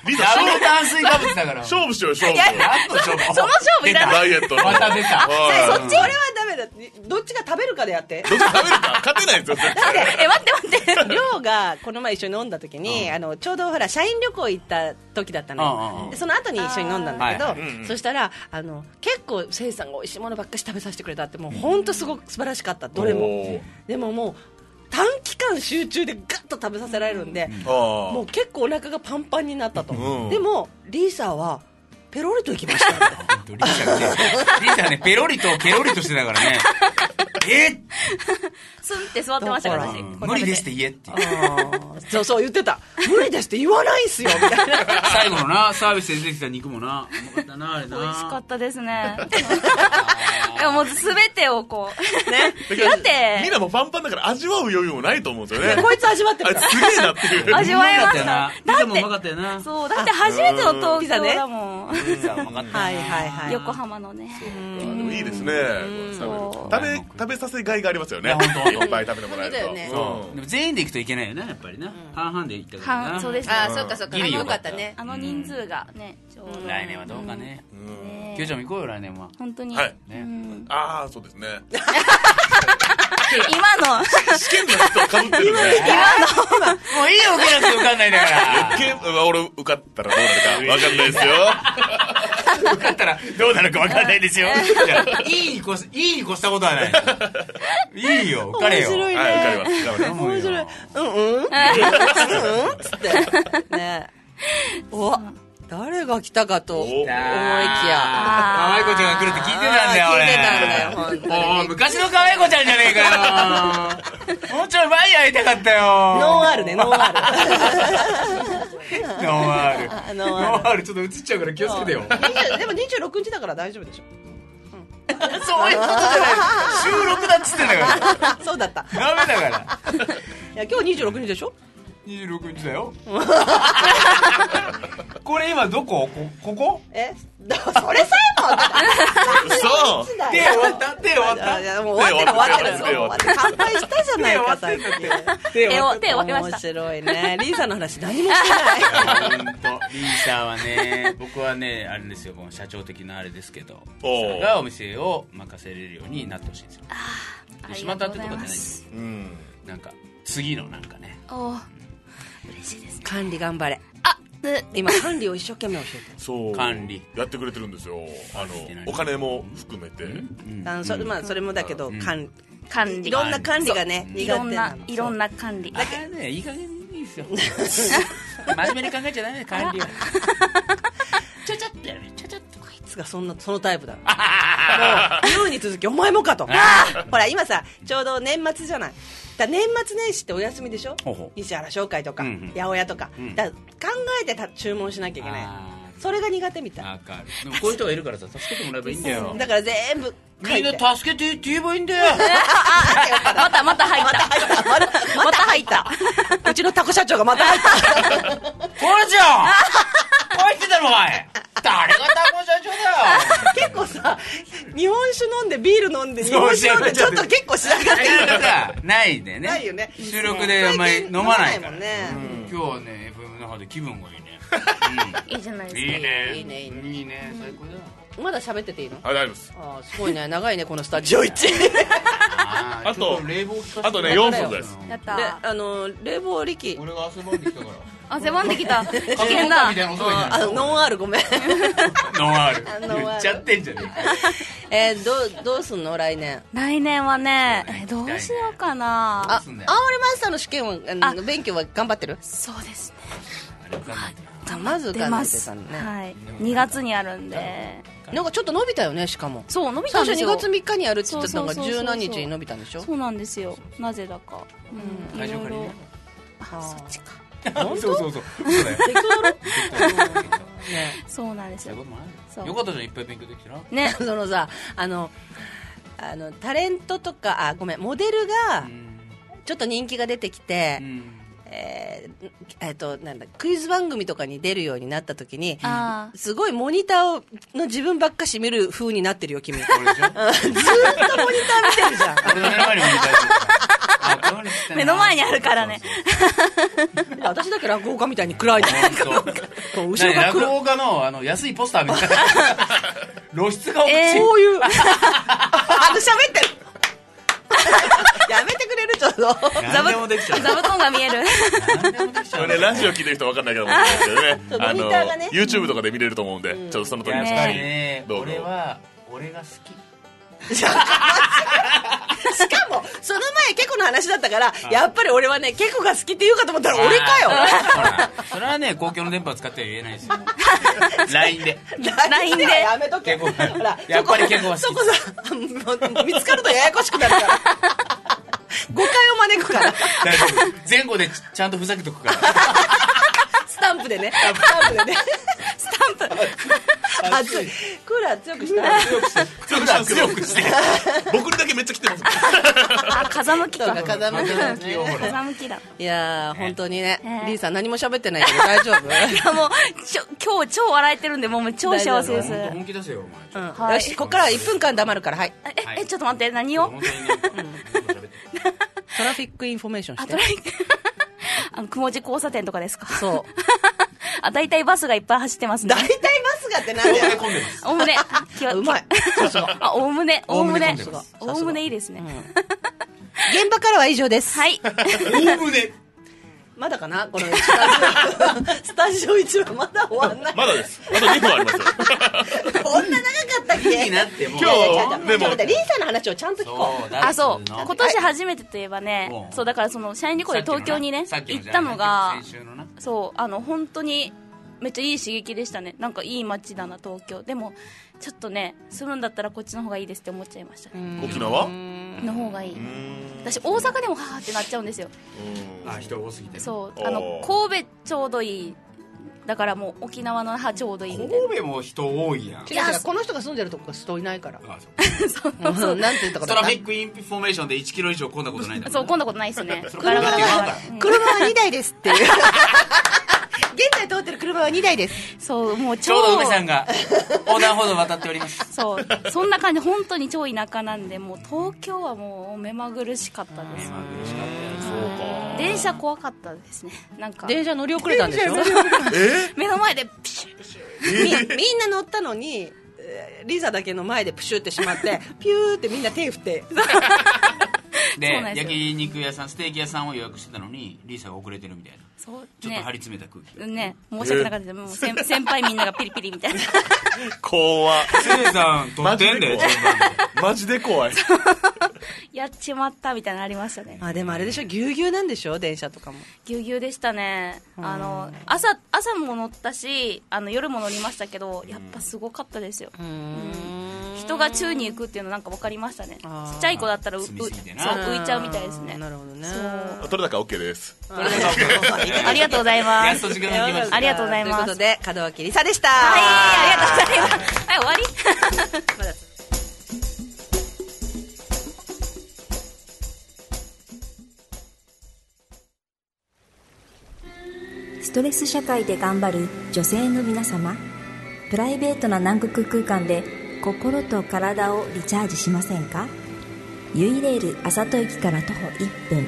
[SPEAKER 2] リーザ
[SPEAKER 5] ダブル
[SPEAKER 2] 勝
[SPEAKER 5] 炭水化物だから
[SPEAKER 2] 負しよう勝負
[SPEAKER 4] いや
[SPEAKER 5] 何の勝負
[SPEAKER 4] その勝負いらない。
[SPEAKER 2] ダイエットの
[SPEAKER 5] また出た
[SPEAKER 2] はい
[SPEAKER 3] ち俺はダメだ。どっちが食べるかでやって
[SPEAKER 2] どっち食べるか勝てないですよ 絶対
[SPEAKER 4] え、待って待って。
[SPEAKER 3] りょうがこの前一緒に飲んだ時に、あのちょうどほら社員旅行行った時だったのよ、
[SPEAKER 5] うんうんうん
[SPEAKER 3] でその後に一緒に飲んだんだけど、
[SPEAKER 5] はい
[SPEAKER 3] そしたらあの結構せいさんが美味しいものばっかし食べさせてくれたってもう本当すごく素晴らしかったどれ
[SPEAKER 2] おー
[SPEAKER 3] もでももう短期間集中でガッと食べさせられるんで、
[SPEAKER 2] あ
[SPEAKER 3] もう結構お腹がパンパンになったと、
[SPEAKER 2] うん
[SPEAKER 3] でもリーサはペロリといきました
[SPEAKER 5] リーさんねリーさんねペロリとケロリとしてたからねえ
[SPEAKER 4] スンって座ってましたから、
[SPEAKER 3] だか
[SPEAKER 4] 私。
[SPEAKER 5] 無理ですって言えっていう
[SPEAKER 3] そうそう言ってた無理ですって言わないんすよみたいな
[SPEAKER 5] 最後のなサービスで出てきた肉もなうまかったなあれな
[SPEAKER 4] 美味しかったですね。 でももうすべてをこう。ね。 だっ
[SPEAKER 2] みん
[SPEAKER 4] て、
[SPEAKER 2] なもパンパンだから味わう余裕もないと思うんですよね
[SPEAKER 3] こいつ味わって
[SPEAKER 2] あ
[SPEAKER 3] る
[SPEAKER 2] い
[SPEAKER 3] か
[SPEAKER 2] つ
[SPEAKER 3] ら
[SPEAKER 2] すげえなっていう
[SPEAKER 4] 味わえました。だ
[SPEAKER 5] なリー
[SPEAKER 4] っ
[SPEAKER 5] もうまか
[SPEAKER 4] て、
[SPEAKER 5] ったよな
[SPEAKER 4] そう、だって初めての東京だもん。
[SPEAKER 5] リーさんうまかった
[SPEAKER 3] はいはいはい
[SPEAKER 4] 横浜のね。
[SPEAKER 2] でもいいですね
[SPEAKER 4] そ
[SPEAKER 2] 食べ食べさせがいがありますよね
[SPEAKER 5] いや本当
[SPEAKER 2] いっぱい食べてもらえると
[SPEAKER 3] 本当だよね
[SPEAKER 2] うん
[SPEAKER 5] でも全員で行くといけないよねやっぱりな半々で行ったから
[SPEAKER 4] は、
[SPEAKER 5] なん
[SPEAKER 4] そうですね。
[SPEAKER 3] あーそうかそうか
[SPEAKER 5] ギリ
[SPEAKER 3] あ
[SPEAKER 5] よ
[SPEAKER 3] よかったね
[SPEAKER 4] あの人数がね、ちょうど。
[SPEAKER 5] 来年はどうかね
[SPEAKER 4] ね
[SPEAKER 5] キョウちゃんも行こうよ来年は
[SPEAKER 4] 本当に。
[SPEAKER 2] はい
[SPEAKER 4] うん
[SPEAKER 2] ああそうですね
[SPEAKER 4] 今 の、
[SPEAKER 2] 試験の人かぶってるね
[SPEAKER 5] もういいよ受けなくて受かんない だから
[SPEAKER 2] 受け俺受かったらどうなるか分かんないです よ
[SPEAKER 5] 受かったらどうなるか分かんないですよ いいに越すいいに越したことは ないいいよ受かれよ
[SPEAKER 3] 面白いね
[SPEAKER 2] はい受かります頑張ります
[SPEAKER 5] 面白い
[SPEAKER 3] うんつってねお誰が来たかと思いきや
[SPEAKER 5] 可愛い子ちゃんが来るって聞いてたんだよ俺
[SPEAKER 3] あー聞いてたんだよ本当に
[SPEAKER 5] もう昔の可愛い子ちゃんじゃねえかよもうちょい前に会いたかったよ
[SPEAKER 3] ノンアルねノンアル
[SPEAKER 5] ノンアル
[SPEAKER 3] ノンアル
[SPEAKER 5] ノンアルちょっと映っちゃうから気をつけてよ
[SPEAKER 3] 20でも26日だから大丈夫でしょ
[SPEAKER 5] そういうことじゃない収録だっつってんだか
[SPEAKER 3] あそうだった
[SPEAKER 5] らダメだから
[SPEAKER 3] いや今日26日でしょ
[SPEAKER 5] 26日だ よこれ今どここここ
[SPEAKER 3] え だそれさえも分かんない
[SPEAKER 2] そう
[SPEAKER 3] だよ
[SPEAKER 5] 手終わった手終わっ
[SPEAKER 3] いやい
[SPEAKER 5] た
[SPEAKER 3] やもう終わってる
[SPEAKER 2] 手
[SPEAKER 3] 終
[SPEAKER 2] 終
[SPEAKER 3] わ
[SPEAKER 2] わ
[SPEAKER 3] っ
[SPEAKER 2] ってて
[SPEAKER 3] る乾杯したじゃないかさっき
[SPEAKER 5] 手
[SPEAKER 4] 手
[SPEAKER 5] 終わ
[SPEAKER 4] を、
[SPEAKER 5] っ
[SPEAKER 4] 手を終わりま
[SPEAKER 3] 面
[SPEAKER 4] した。
[SPEAKER 3] 白いねリーさんの話何もしてない
[SPEAKER 5] たほんとリーさんはね僕はねあれですよもう社長的なあれですけど
[SPEAKER 2] おう
[SPEAKER 5] さんがお店を任せれるようになってほしいんですよ
[SPEAKER 4] あり
[SPEAKER 5] 島
[SPEAKER 4] が
[SPEAKER 5] 田
[SPEAKER 4] と
[SPEAKER 5] っ
[SPEAKER 4] うござい
[SPEAKER 5] てとこじゃないん
[SPEAKER 4] ま
[SPEAKER 5] ですす。
[SPEAKER 2] うん
[SPEAKER 5] なんか次のなんかね
[SPEAKER 4] おー嬉しいですね。
[SPEAKER 3] 管理頑張れ
[SPEAKER 4] あ、で、
[SPEAKER 3] 今管理を一生懸命教えて
[SPEAKER 2] そう
[SPEAKER 5] 管理
[SPEAKER 2] やってくれてるんですよあ
[SPEAKER 5] てない
[SPEAKER 2] のお金も含めて
[SPEAKER 3] るあのそ,、まあ、それもだけど、管
[SPEAKER 4] 管
[SPEAKER 3] 理
[SPEAKER 4] 理。
[SPEAKER 3] いろんな管理がね
[SPEAKER 4] いろんな、いろん
[SPEAKER 3] な
[SPEAKER 4] な管理。
[SPEAKER 5] あれねいい加減でいいですよ真面目に考えちゃダメだよ管 理はちょちょっとやめちょちょっとこい
[SPEAKER 3] つがそんなそのタイ プだもう優に続きお前もかとほら今さちょうど年末じゃないだ年末年始ってお休みでしょ
[SPEAKER 5] ほうほう
[SPEAKER 3] 西原商会とか、
[SPEAKER 5] うんうん
[SPEAKER 3] 八百屋とか,、
[SPEAKER 5] ん
[SPEAKER 3] だから考えてた注文しなきゃいけな
[SPEAKER 5] あ
[SPEAKER 3] いそれが苦手みたい
[SPEAKER 5] わかるでもこういう人がいるからさ助けてもらえばいいんだよ
[SPEAKER 3] だから全部書
[SPEAKER 5] み
[SPEAKER 3] い
[SPEAKER 5] ん
[SPEAKER 3] て
[SPEAKER 5] な助けてって言えばいいんだよ
[SPEAKER 4] また、また入った。
[SPEAKER 3] またまた入ったうちのタコ社長がまた入 った
[SPEAKER 5] これじゃん入ってたろお前誰がタコ社長 だよ
[SPEAKER 3] 結構さ日本酒飲んでビール飲んで日本酒飲んでちょっと結構しながっ
[SPEAKER 5] な
[SPEAKER 3] てる
[SPEAKER 5] かなかさないでね
[SPEAKER 3] ない よね
[SPEAKER 5] 収録であんまり飲まないか
[SPEAKER 3] 飲まないも
[SPEAKER 5] ら
[SPEAKER 3] んね
[SPEAKER 5] 今日はね FM の中で気分がいいね
[SPEAKER 4] いいじゃない
[SPEAKER 5] いい
[SPEAKER 4] です
[SPEAKER 5] ね
[SPEAKER 3] いいねいいね
[SPEAKER 5] いいね最高だ
[SPEAKER 3] まだ喋ってていいの
[SPEAKER 2] はい大丈夫です
[SPEAKER 3] ああすご いね長いねこのスタジオ一で
[SPEAKER 5] あー
[SPEAKER 2] あと
[SPEAKER 5] ちょっ冷房効かせて
[SPEAKER 2] あとね4分ぐらいです
[SPEAKER 4] か。やった。
[SPEAKER 3] あの冷房力
[SPEAKER 5] 俺が汗ばんできたから
[SPEAKER 4] あ、迫んできた。危
[SPEAKER 5] カ
[SPEAKER 4] 険だ。
[SPEAKER 5] みたいな音がいい
[SPEAKER 3] あのノンアルごめん
[SPEAKER 5] ノンアル
[SPEAKER 3] ノンアル
[SPEAKER 5] 言っちゃってんじゃねえか
[SPEAKER 3] えー、どうどうすんの来年
[SPEAKER 4] 来年はね、えどうしようかな。
[SPEAKER 3] あ
[SPEAKER 5] す
[SPEAKER 3] 青
[SPEAKER 5] ん
[SPEAKER 3] 森
[SPEAKER 5] だ
[SPEAKER 3] マ
[SPEAKER 5] よ
[SPEAKER 3] スターの試験はあの勉強は頑張ってる
[SPEAKER 4] そうですね。
[SPEAKER 5] あれわかんない
[SPEAKER 4] 頑溜まっ
[SPEAKER 3] ず
[SPEAKER 4] て
[SPEAKER 3] かな
[SPEAKER 4] ま、
[SPEAKER 3] いですたね
[SPEAKER 4] はい、2月にあるんで
[SPEAKER 3] なんかちょっと伸びたよねしかも
[SPEAKER 4] そう伸びた
[SPEAKER 3] 最
[SPEAKER 4] んです
[SPEAKER 3] 初2
[SPEAKER 4] よ
[SPEAKER 3] 月3日にやるって言ってたのが
[SPEAKER 4] そうそうそう
[SPEAKER 3] 十
[SPEAKER 4] そう
[SPEAKER 3] 何日に伸びたんでしょ
[SPEAKER 4] そうなんですよなぜだか、うん、い
[SPEAKER 5] 会
[SPEAKER 4] ろ
[SPEAKER 5] 場か
[SPEAKER 4] い
[SPEAKER 5] ら
[SPEAKER 4] ろ
[SPEAKER 5] ね
[SPEAKER 3] あそっちか
[SPEAKER 5] そうそうそうそうだよ
[SPEAKER 3] 適当だろね
[SPEAKER 4] そうなんです
[SPEAKER 5] そういうこ
[SPEAKER 4] よ
[SPEAKER 5] ともあ
[SPEAKER 4] そ
[SPEAKER 5] る
[SPEAKER 4] う
[SPEAKER 5] よかったじゃんいっぱい勉強できてな
[SPEAKER 4] ね
[SPEAKER 3] そのさあのあのタレントとかあごめんモデルが
[SPEAKER 5] うん
[SPEAKER 3] ちょっと人気が出てきて、
[SPEAKER 5] うん
[SPEAKER 3] えーえーとなんだクイズ番組とかに出るようになった時に
[SPEAKER 4] あー
[SPEAKER 3] すごいモニターをの自分ばっかし見る風になってるよ君ずーっ
[SPEAKER 5] 俺でしょ
[SPEAKER 3] とモニター見てるじゃん
[SPEAKER 5] 俺の目の前に見たいあこういうふうにしてんな
[SPEAKER 4] 目の前にあるからね
[SPEAKER 3] いや 私だけ落語家みたいに暗いの
[SPEAKER 5] そうそう
[SPEAKER 3] こう後
[SPEAKER 5] 何
[SPEAKER 3] ろが
[SPEAKER 5] 落
[SPEAKER 3] 黒
[SPEAKER 5] 語家のあの安いポスターみたいな露出がおかしい、
[SPEAKER 4] えー
[SPEAKER 3] こういう あの喋ってる やめてくれるちょっと
[SPEAKER 5] 何でもできちゃう
[SPEAKER 4] 座布団が見える
[SPEAKER 5] 何でもできちゃ
[SPEAKER 2] こ
[SPEAKER 5] う
[SPEAKER 2] れね、ラジオ聞いてる人分かんないかと思うんですけどね
[SPEAKER 3] そう
[SPEAKER 2] あ
[SPEAKER 3] モ
[SPEAKER 2] の
[SPEAKER 3] ニターがね
[SPEAKER 2] YouTube とかで見れると思うんで、ちょっとその時
[SPEAKER 5] や
[SPEAKER 2] に
[SPEAKER 5] っ
[SPEAKER 2] しっ
[SPEAKER 5] ぱ
[SPEAKER 2] か
[SPEAKER 5] り
[SPEAKER 2] り
[SPEAKER 5] ね
[SPEAKER 2] どうぞ
[SPEAKER 5] 俺は俺が好き
[SPEAKER 3] しかもその前ケコの話だったからやっぱり俺はねケコが好きって言うかと思ったら俺かよ
[SPEAKER 5] ほらそれはね公共の電波を使っては言えない ですよ LINE で
[SPEAKER 3] LINE でやめとけ
[SPEAKER 5] 結構
[SPEAKER 3] ほら
[SPEAKER 5] やっぱり
[SPEAKER 3] そこ
[SPEAKER 5] 結構
[SPEAKER 3] そこさもう見つかるとややこしくなる から誤解を招くから
[SPEAKER 5] 大丈夫前後でちちゃんとふざけと くから
[SPEAKER 3] スタンプでねスタンプ でね
[SPEAKER 4] スタンプ
[SPEAKER 3] 熱いクーラー強くした
[SPEAKER 2] 強くして強くして僕にだけめっちゃ来てます
[SPEAKER 4] あ風向き
[SPEAKER 3] そう
[SPEAKER 4] か
[SPEAKER 3] か風向きだね
[SPEAKER 5] ほら
[SPEAKER 4] 風向きだ
[SPEAKER 3] いやー本当にね
[SPEAKER 4] ね
[SPEAKER 3] リーさん何も喋ってないけど大 丈夫
[SPEAKER 4] いやもうちょ今日超笑えてるんでもう超幸せです
[SPEAKER 5] 本当本気出せよお前ちょっと
[SPEAKER 3] よしここから1分間黙るからはい
[SPEAKER 4] ええちょっと待って何を
[SPEAKER 5] 本当になんか 喋って
[SPEAKER 3] トラフィックインフォメーション
[SPEAKER 4] あ
[SPEAKER 3] し
[SPEAKER 4] ト
[SPEAKER 3] て
[SPEAKER 4] ライク あの雲寺交差点とかですか
[SPEAKER 3] そう
[SPEAKER 4] あ大体バスがいっぱい走ってますね
[SPEAKER 3] 大体バスがってなんだよ
[SPEAKER 5] 混んでます
[SPEAKER 4] おおむ ね気を
[SPEAKER 3] うまい
[SPEAKER 4] あおおむねおおむね
[SPEAKER 5] おおむね混んでます
[SPEAKER 4] おおむねいいですね
[SPEAKER 3] 現場からは以上です
[SPEAKER 4] はい
[SPEAKER 5] おお むね
[SPEAKER 3] まだかなこの一 番スタジオ一番まだ終わんない
[SPEAKER 2] まだですあと2分ありますよ
[SPEAKER 3] こんな長かったっけ
[SPEAKER 5] いいなっても
[SPEAKER 3] い
[SPEAKER 5] う
[SPEAKER 3] やいやちゃんと
[SPEAKER 2] でも
[SPEAKER 3] ちょっと待ってリーさんの話をちゃんと聞こ
[SPEAKER 5] そう
[SPEAKER 3] う
[SPEAKER 5] だ
[SPEAKER 4] あそ
[SPEAKER 5] っ
[SPEAKER 4] う
[SPEAKER 5] てな
[SPEAKER 4] 今年初めてといえばね
[SPEAKER 5] うん
[SPEAKER 4] そうだからその社員旅行で東京にね
[SPEAKER 5] さっき
[SPEAKER 4] 行
[SPEAKER 5] の
[SPEAKER 4] っ
[SPEAKER 5] じゃ
[SPEAKER 4] た
[SPEAKER 5] ない
[SPEAKER 4] のが
[SPEAKER 5] 先週のな
[SPEAKER 4] そうあの本当にめっちゃいい刺激でしたねなんかいい街だな東京でもちょっとね住むんだったらこっちの方がいいですって思っちゃいましたね
[SPEAKER 2] 沖縄
[SPEAKER 4] の方がいい私大阪でもはーってなっちゃうんですよ
[SPEAKER 5] あ人多すぎて
[SPEAKER 4] そう
[SPEAKER 2] おー
[SPEAKER 4] あの神戸ちょうどいいだからもう沖縄の歯ちょうどいいみたいな
[SPEAKER 5] 神戸も人多いやん
[SPEAKER 3] 違う違うこの人が住んでるとこが人いないから
[SPEAKER 5] あそう
[SPEAKER 3] うんなんて言ったか
[SPEAKER 5] スト
[SPEAKER 3] と
[SPEAKER 5] ラフィックインフォメーションで1キロ以上混んだことないんだ
[SPEAKER 4] そう
[SPEAKER 5] こ
[SPEAKER 4] 今度ことないです ね
[SPEAKER 5] れ
[SPEAKER 4] ガラガラガラガラ
[SPEAKER 5] 車
[SPEAKER 3] 車は2台です っていう現在通ってる車は2台です
[SPEAKER 4] そうもう超
[SPEAKER 5] ちょうど梅さんが横断歩道を渡っております
[SPEAKER 4] そうそんな感じ本当に超田舎なんでもう東京はもう目まぐるしかったです電車怖かったですねなんか
[SPEAKER 3] 電車乗り遅れたんでしょ
[SPEAKER 4] 目の前でピシュ
[SPEAKER 3] みみんな乗ったのにえーリーザだけの前でプシュってしまってピューってみんな手振って
[SPEAKER 4] そ
[SPEAKER 5] で
[SPEAKER 4] うなんですよ
[SPEAKER 5] 焼肉屋さんステーキ屋さんを予約してたのにリーサが遅れてるみたいな
[SPEAKER 4] そう
[SPEAKER 5] ちょっと張り詰めた空気が
[SPEAKER 4] ねね申し訳なかったですもう先 先輩みんながピリピリみたいな
[SPEAKER 2] 怖っ
[SPEAKER 5] せいさん撮ってんで
[SPEAKER 2] マジで怖いマジで怖い
[SPEAKER 4] やっちまったみたいなのありましたね
[SPEAKER 3] あでもあれでしょぎゅうぎゅうなんでしょ電車とかも
[SPEAKER 4] ぎゅうぎゅうでしたねあの朝朝も乗ったしあの夜も乗りましたけどやっぱすごかったですようん人が宙に行くっていうのなんか分かりましたねち
[SPEAKER 3] あー
[SPEAKER 4] っちゃい子だったらううそう
[SPEAKER 5] 住みすぎてな
[SPEAKER 4] 浮いちゃうみたいですね
[SPEAKER 3] なるほどね
[SPEAKER 4] そう
[SPEAKER 2] 取れ高 OK です
[SPEAKER 4] ありがとうございま
[SPEAKER 5] やっ
[SPEAKER 4] す
[SPEAKER 5] と時間が来ました
[SPEAKER 4] ありがとうございます
[SPEAKER 3] ということで門脇梨沙でした
[SPEAKER 4] はいありがとうございますはい終わり
[SPEAKER 8] ストレス社会で頑張る女性の皆様プライベートな南国空間で心と体をリチャージしませんかユイレールあさと駅から徒歩1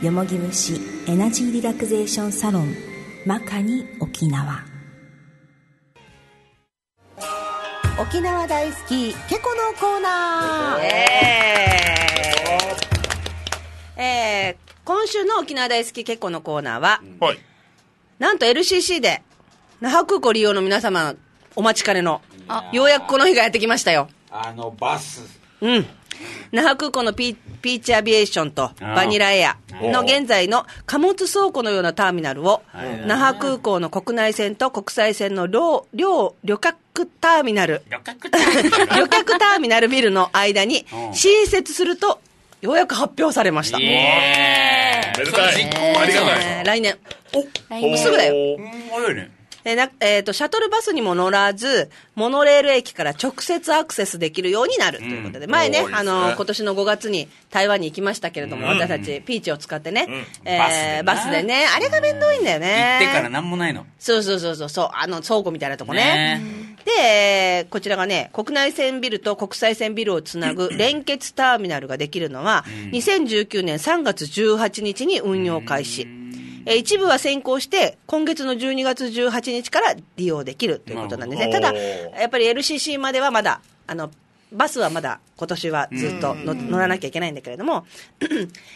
[SPEAKER 8] 分よもぎ節エナジーリラクゼーションサロンマカニ沖縄
[SPEAKER 9] 沖縄大好きケコのコーナー
[SPEAKER 3] えーえー今週の沖縄大好き結構のコーナーは、
[SPEAKER 2] はい
[SPEAKER 3] なんと LCC で那覇空港利用の皆様お待ちかねの
[SPEAKER 5] あ
[SPEAKER 3] ようやくこの日がやってきましたよ
[SPEAKER 5] あのバス
[SPEAKER 3] うん那覇空港のピピーチアビエーションとバニラエアの現在の貨物倉庫のようなターミナルを、那覇空港の国内線と国際線の両両旅客ターミナル、
[SPEAKER 5] 旅客ターミナル
[SPEAKER 3] 旅客ターミナルビルの間に
[SPEAKER 5] うん
[SPEAKER 3] 新設すると、ようやく発表されました。
[SPEAKER 5] イエーイ
[SPEAKER 2] めでたい
[SPEAKER 5] 実行
[SPEAKER 2] ありがたい
[SPEAKER 3] えー来年。
[SPEAKER 2] お
[SPEAKER 3] すぐだよ
[SPEAKER 5] う。ん早いね
[SPEAKER 3] えーなえーと、シャトルバスにも乗らず、モノレール駅から直接アクセスできるようになるということで、前
[SPEAKER 2] お
[SPEAKER 3] ね
[SPEAKER 2] ーいい、です
[SPEAKER 3] あ
[SPEAKER 2] ね
[SPEAKER 3] の、今年の5月に台湾に行きましたけれども、私たちピーチを使ってね、えー
[SPEAKER 5] バ
[SPEAKER 3] バ
[SPEAKER 5] ス
[SPEAKER 3] スで
[SPEAKER 5] でな
[SPEAKER 3] ね、あれがめんどいんだよね
[SPEAKER 5] 行。ってからなんもないの
[SPEAKER 3] そうそうそうそうそう、あの、倉庫みたいなとこ
[SPEAKER 5] ね
[SPEAKER 3] ね。で、こちらがね、国内線ビルと国際線ビルをつなぐ連結ターミナルができるのは、2019年3月18日に運用開始。えー一部は先行して、今月の12月18日から利用できるということなんですね。
[SPEAKER 2] な
[SPEAKER 3] た
[SPEAKER 2] るほ
[SPEAKER 3] だ、
[SPEAKER 2] ど
[SPEAKER 3] やっぱり LCC まではまだ、あの、バスはまだ今年はずっとの乗らなきゃいけないんだけれども、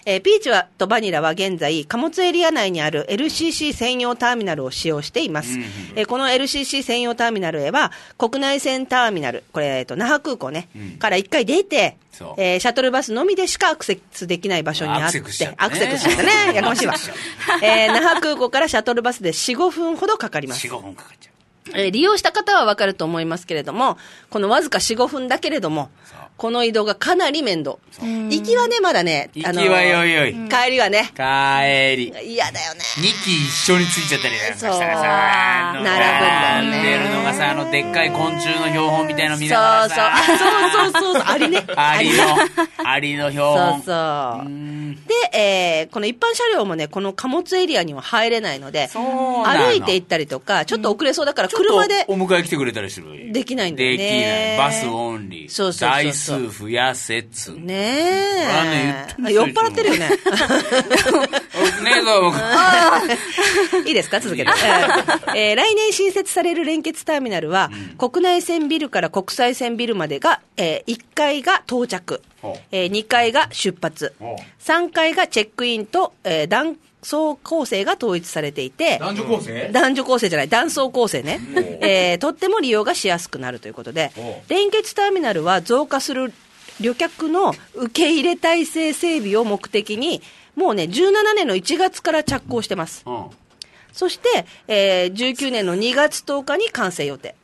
[SPEAKER 3] えーピーチはとバニラは現在、貨物エリア内にある LCC 専用ターミナルを使用しています。えーこの LCC 専用ターミナルへは、国内線ターミナル、これ、えーと那覇空港ね、から一回出て
[SPEAKER 5] そう、
[SPEAKER 3] えーシャトルバスのみでしかアクセスできない場所にあって、
[SPEAKER 5] アクセスしちゃったね
[SPEAKER 3] アクセスしちゃったね。やかましいわ。 えー那覇空港からシャトルバスで4、5分ほどかかります。
[SPEAKER 5] 45分かかっちゃう
[SPEAKER 3] えー利用した方はわかると思いますけれども、このわずか4、5分だけれども
[SPEAKER 5] そう、
[SPEAKER 3] この移動がかなり面倒。行きはね、まだね、
[SPEAKER 5] 行きはよいよい
[SPEAKER 3] 帰りはね、
[SPEAKER 5] 帰り
[SPEAKER 3] 嫌だよね。
[SPEAKER 5] 2機一緒についちゃったりなんかしたら
[SPEAKER 3] そう
[SPEAKER 5] さあの
[SPEAKER 3] 並ぶんだよね
[SPEAKER 5] 並んでるのがさあのでっかい昆虫の標本みたいなの
[SPEAKER 3] そ
[SPEAKER 5] 見
[SPEAKER 3] う
[SPEAKER 5] な
[SPEAKER 3] そう。
[SPEAKER 5] がら
[SPEAKER 3] あ
[SPEAKER 5] さ
[SPEAKER 3] そうそうそうそう。ありね。
[SPEAKER 5] アリ
[SPEAKER 3] ね
[SPEAKER 5] のアリの標
[SPEAKER 3] そうそ
[SPEAKER 5] 本
[SPEAKER 3] う。で、えーこの一般車両もね、この貨物エリアには入れないので、
[SPEAKER 5] そうなの
[SPEAKER 3] 歩いて行ったりとか、ちょっと遅れそうだから、 車で
[SPEAKER 5] ちょっとお迎え来てくれたりする
[SPEAKER 3] できないんだよね
[SPEAKER 5] できないバスオンリー
[SPEAKER 3] そうそうそうそう
[SPEAKER 5] 台数増やせつね
[SPEAKER 3] ね
[SPEAKER 5] あね言ってん
[SPEAKER 3] え。
[SPEAKER 5] の
[SPEAKER 3] 酔っ払ってるよね。
[SPEAKER 5] えぞ僕
[SPEAKER 3] いいですか続 けて。えー来年新設される連結ターミナルは、国内線ビルから国際線ビルまでが、え1階が到着
[SPEAKER 5] ほう、
[SPEAKER 3] え2階が出発
[SPEAKER 5] ほ、
[SPEAKER 3] 3階がチェックインと、えー断層構成が統一されていて、
[SPEAKER 5] 男女構成
[SPEAKER 3] 男女構成じゃない、断層構成ね、えーとっても利用がしやすくなるということで、連結ターミナルは増加する旅客の受け入れ体制整備を目的に、もうね、17年の1月から着工してます。
[SPEAKER 5] うん
[SPEAKER 3] そして、えー19年の2月10日に完成予定。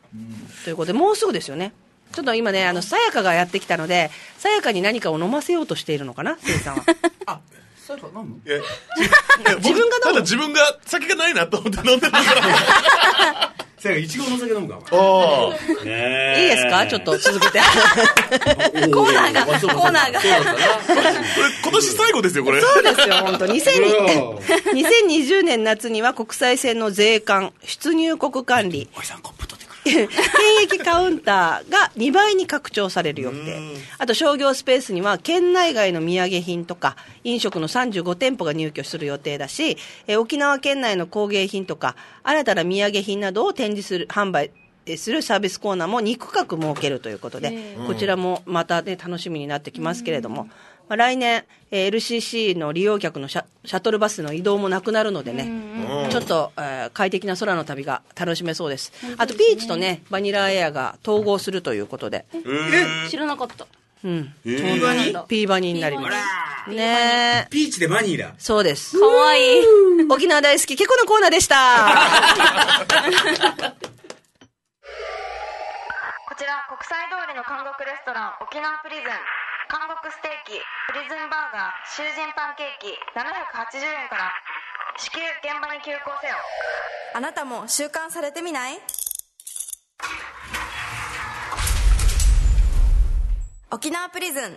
[SPEAKER 3] ということで、もうすぐですよね。ちょっと今ね、あの、さやかがやってきたので、さやかに何かを飲ませようとしているのかな、せいさんは。
[SPEAKER 5] そうか飲む
[SPEAKER 2] いやいや僕
[SPEAKER 3] 自分が飲む
[SPEAKER 2] ただ自分が酒がないなと思って飲んでるから
[SPEAKER 10] せやからいちごの酒飲むか
[SPEAKER 2] おー
[SPEAKER 10] お前ね
[SPEAKER 3] いいですかちょっと続けて。
[SPEAKER 10] コーナーがコーナーが
[SPEAKER 2] これ今年最後ですよこれ
[SPEAKER 3] そうですよ、本当2000
[SPEAKER 10] うん
[SPEAKER 3] 2020年夏には国際線の税関、出入国管理、
[SPEAKER 5] おじさんコップ取ってくる
[SPEAKER 3] 検疫カウンターが2倍に拡張される予定。あと商業スペースには県内外の土産品とか飲食の35店舗が入居する予定だし、えー沖縄県内の工芸品とか新たな土産品などを展示する、販売えーするサービスコーナーも2区画設けるということで、こちらもまたね、楽しみになってきますけれども、まあ、来年、えー LCC の利用客のシャシャトルバスの移動もなくなるのでね、ちょっと、えー快適な空の旅が楽しめそうです。あと、ピーチとね、バニラエアが統合するということで、
[SPEAKER 4] 知らなかった
[SPEAKER 3] うん、
[SPEAKER 4] そうなんだ
[SPEAKER 3] ピーバニーになります。ねえ
[SPEAKER 10] ピーチでバニラ
[SPEAKER 3] そうです。
[SPEAKER 4] かわいい
[SPEAKER 3] 沖縄大好き、ケコのコーナーでした。
[SPEAKER 11] こちら国際通りの韓国レストラン沖縄プリズン韓国ステーキプリズンバーガー囚人パンケーキ780円から至急現場に急行せよ
[SPEAKER 8] あなたも習慣されてみない沖縄プリズン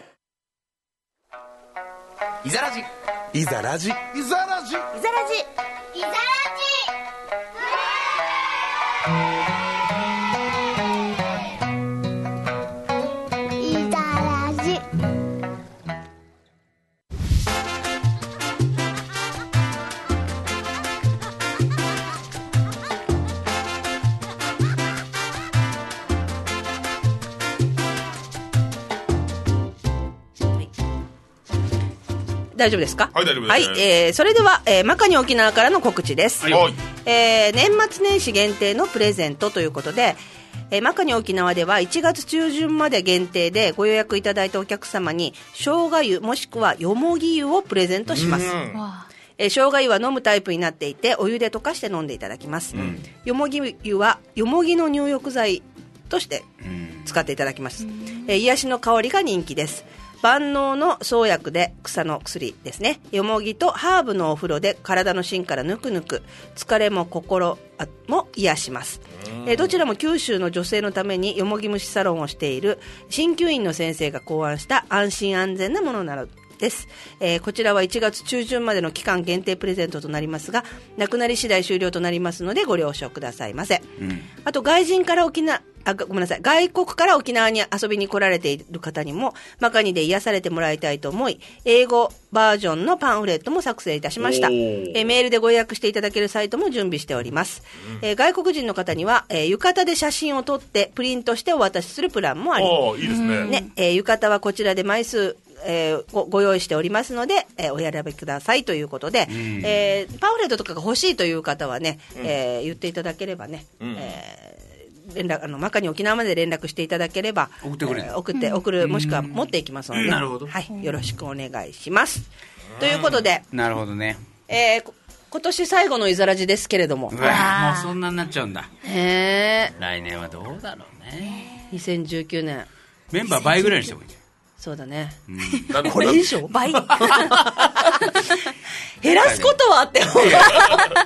[SPEAKER 5] いざらじ
[SPEAKER 1] いざラジいざラジ
[SPEAKER 8] イザラジ
[SPEAKER 11] いざらじいざらじ
[SPEAKER 3] 大丈夫ですか
[SPEAKER 2] はい大丈夫です
[SPEAKER 3] はい、えーそれでは、えー、マカニ沖縄からの告知です。
[SPEAKER 2] はい
[SPEAKER 3] えー年末年始限定のプレゼントということで、えーマカニ沖縄では1月中旬まで限定でご予約いただいたお客様に生姜湯もしくはよもぎ湯をプレゼントします
[SPEAKER 2] うん
[SPEAKER 3] えー生姜湯は飲むタイプになっていてお湯で溶かして飲んでいただきます、よもぎ湯はよもぎの入浴剤として使っていただきます、えー癒しの香りが人気です万能の創薬で草の薬ですねよもぎとハーブのお風呂で体の芯からぬくぬく疲れも心あも癒します、えーどちらも九州の女性のためによもぎ虫サロンをしている鍼灸院の先生が考案した安心安全なものなのです、えーこちらは1月中旬までの期間限定プレゼントとなりますがなくなり次第終了となりますのでご了承くださいませ、あと外人から沖縄あごごめんなさい外国から沖縄に遊びに来られている方にもマカニで癒されてもらいたいと思い英語バージョンのパンフレットも作成いたしました
[SPEAKER 12] おー
[SPEAKER 3] えーメールでご予約していただけるサイトも準備しております、えー外国人の方には、えー浴衣で写真を撮ってプリントしてお渡しするプランもあり
[SPEAKER 2] おーいいですね
[SPEAKER 3] えー浴衣はこちらで枚数えーごご用意しておりますので、えーお選びくださいということで、
[SPEAKER 2] ん
[SPEAKER 3] えーパンフレットとかが欲しいという方はね、
[SPEAKER 2] うん
[SPEAKER 3] えー言っていただければね、
[SPEAKER 2] うん
[SPEAKER 3] 連絡あのマカに沖縄まで連絡していただければ
[SPEAKER 5] 送ってくれる
[SPEAKER 3] えー送って送るもしくは持っていきますので、
[SPEAKER 5] うんなるほど
[SPEAKER 3] はい、よろしくお願いします、ということで、
[SPEAKER 5] なるほどね
[SPEAKER 3] えーこ今年最後のいざらじですけれども
[SPEAKER 5] うわもうそんなになっちゃうんだ
[SPEAKER 3] ねえ
[SPEAKER 5] 来年はどうだろうね
[SPEAKER 3] 2019年
[SPEAKER 5] メンバー倍ぐらいにしてもいいんじ
[SPEAKER 3] そうだね
[SPEAKER 5] ゃん
[SPEAKER 3] これ以上倍 減らすことはあっても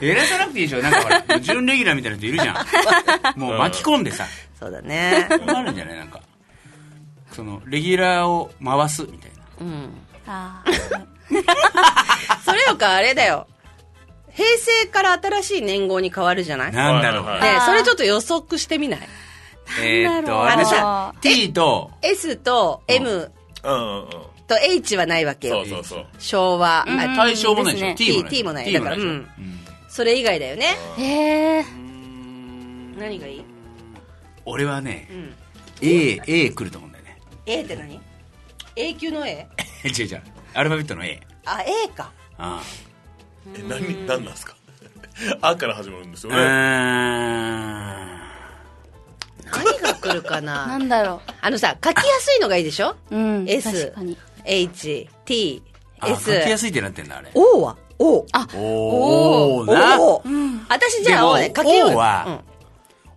[SPEAKER 5] 減らさなくていいでしょなんかほら準レギュラーみたいな人いるじゃんもう巻き込んでさ
[SPEAKER 3] そうだね
[SPEAKER 5] あるんじゃないなんかそのレギュラーを回すみたいな
[SPEAKER 3] うん あそれよかあれだよ平成から新しい年号に変わるじゃない
[SPEAKER 5] なんだろう
[SPEAKER 3] ね
[SPEAKER 5] ね
[SPEAKER 3] それちょっと予測してみない
[SPEAKER 5] えーっと
[SPEAKER 3] な
[SPEAKER 5] あ
[SPEAKER 3] んだろう
[SPEAKER 5] れさ T と
[SPEAKER 3] S と M と H はないわけよ
[SPEAKER 5] そうそう
[SPEAKER 3] 昭和
[SPEAKER 5] うん
[SPEAKER 3] あ
[SPEAKER 5] 大正もないでしょ
[SPEAKER 3] T,
[SPEAKER 5] T
[SPEAKER 3] T
[SPEAKER 5] も
[SPEAKER 3] も
[SPEAKER 5] な
[SPEAKER 3] ないい
[SPEAKER 5] でしょ
[SPEAKER 3] だからう
[SPEAKER 5] T もない
[SPEAKER 3] んそれ以外だよねへえ何がいい
[SPEAKER 5] 俺はね
[SPEAKER 3] うん
[SPEAKER 5] A A 来ると思うんだよね
[SPEAKER 3] A って何永久の A?
[SPEAKER 5] 違う違うアルファベットの A
[SPEAKER 3] あ A か
[SPEAKER 5] ああ
[SPEAKER 2] え何何なんですか あから始まるんですよ
[SPEAKER 5] う
[SPEAKER 2] ね
[SPEAKER 5] ーん
[SPEAKER 3] 何が来る かな
[SPEAKER 4] なんだろう
[SPEAKER 3] あのさ書きやすいのがいいでしょ、
[SPEAKER 4] うん、確
[SPEAKER 3] S
[SPEAKER 4] かに
[SPEAKER 3] H T
[SPEAKER 5] あ
[SPEAKER 3] S
[SPEAKER 5] 書きやすいってなってんだあれ
[SPEAKER 3] O は O
[SPEAKER 4] あ
[SPEAKER 5] お
[SPEAKER 3] お
[SPEAKER 5] おな
[SPEAKER 3] お私じゃあ O ね
[SPEAKER 5] で
[SPEAKER 3] 書
[SPEAKER 5] も
[SPEAKER 3] けようよ
[SPEAKER 5] O は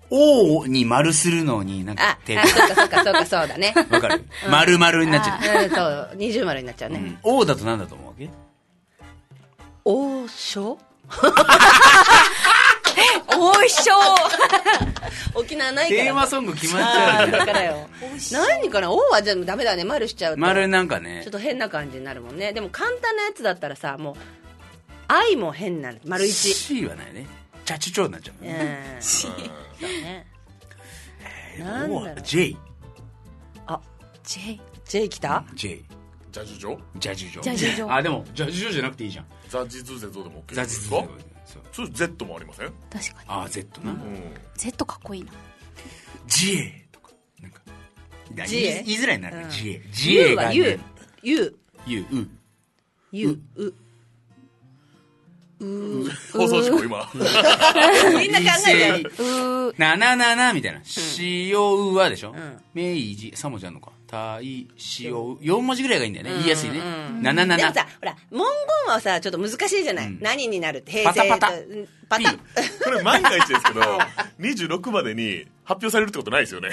[SPEAKER 5] O に丸するのになんか
[SPEAKER 3] あ
[SPEAKER 5] 手
[SPEAKER 3] あそうかそうかそうかそう だね
[SPEAKER 5] わかる丸丸になっちゃう
[SPEAKER 3] あうんそう二重丸になっちゃうね、
[SPEAKER 5] O だとなんだと思うわけ
[SPEAKER 3] 王将王将沖縄ないから
[SPEAKER 5] テーマソング決まっちゃうね
[SPEAKER 3] あーだからよ何かな王はじゃあダメだね丸しちゃうと
[SPEAKER 5] 丸なんかね
[SPEAKER 3] ちょっと変な感じになるもんねでも簡単なやつだったらさもう愛も変な丸一
[SPEAKER 5] C はないねチャチュチョウになっちゃう
[SPEAKER 3] うん
[SPEAKER 5] C
[SPEAKER 3] だねなんだろう
[SPEAKER 5] J
[SPEAKER 3] あ J J 来た
[SPEAKER 5] J
[SPEAKER 2] ジャジュジョ
[SPEAKER 5] ジャジュジョ
[SPEAKER 3] ジャジュジョ
[SPEAKER 5] あでもジャジュジョじゃなくていいじゃん
[SPEAKER 2] ザジズゼゾでも OK
[SPEAKER 5] ザ
[SPEAKER 2] で
[SPEAKER 5] ジ
[SPEAKER 2] す
[SPEAKER 5] ズ
[SPEAKER 2] か
[SPEAKER 5] ゼ
[SPEAKER 2] そう Z もありません
[SPEAKER 4] 確かに
[SPEAKER 5] あ Z な
[SPEAKER 4] Z かっこいいな
[SPEAKER 5] J とかなんか
[SPEAKER 3] J
[SPEAKER 5] 言い言いづらいな
[SPEAKER 3] うん
[SPEAKER 5] J
[SPEAKER 3] U
[SPEAKER 5] J
[SPEAKER 3] は
[SPEAKER 5] が
[SPEAKER 3] U
[SPEAKER 5] ね
[SPEAKER 3] U
[SPEAKER 5] U U
[SPEAKER 3] U U う
[SPEAKER 2] 放送事故今
[SPEAKER 3] みんな考え
[SPEAKER 5] う
[SPEAKER 3] ちゃう
[SPEAKER 5] ななななみたいな。塩うはでしょ明治、さもじゃんのか。たい、塩う。4文字ぐらいがいいんだよね。言いやすいね。ななな
[SPEAKER 3] で
[SPEAKER 5] な
[SPEAKER 3] も。さほら文言はさちょっと難しいじゃない、何になるって平成
[SPEAKER 5] パタパタ
[SPEAKER 3] うんパタ
[SPEAKER 2] これ万が一ですけど26までに発表されるってことないですよね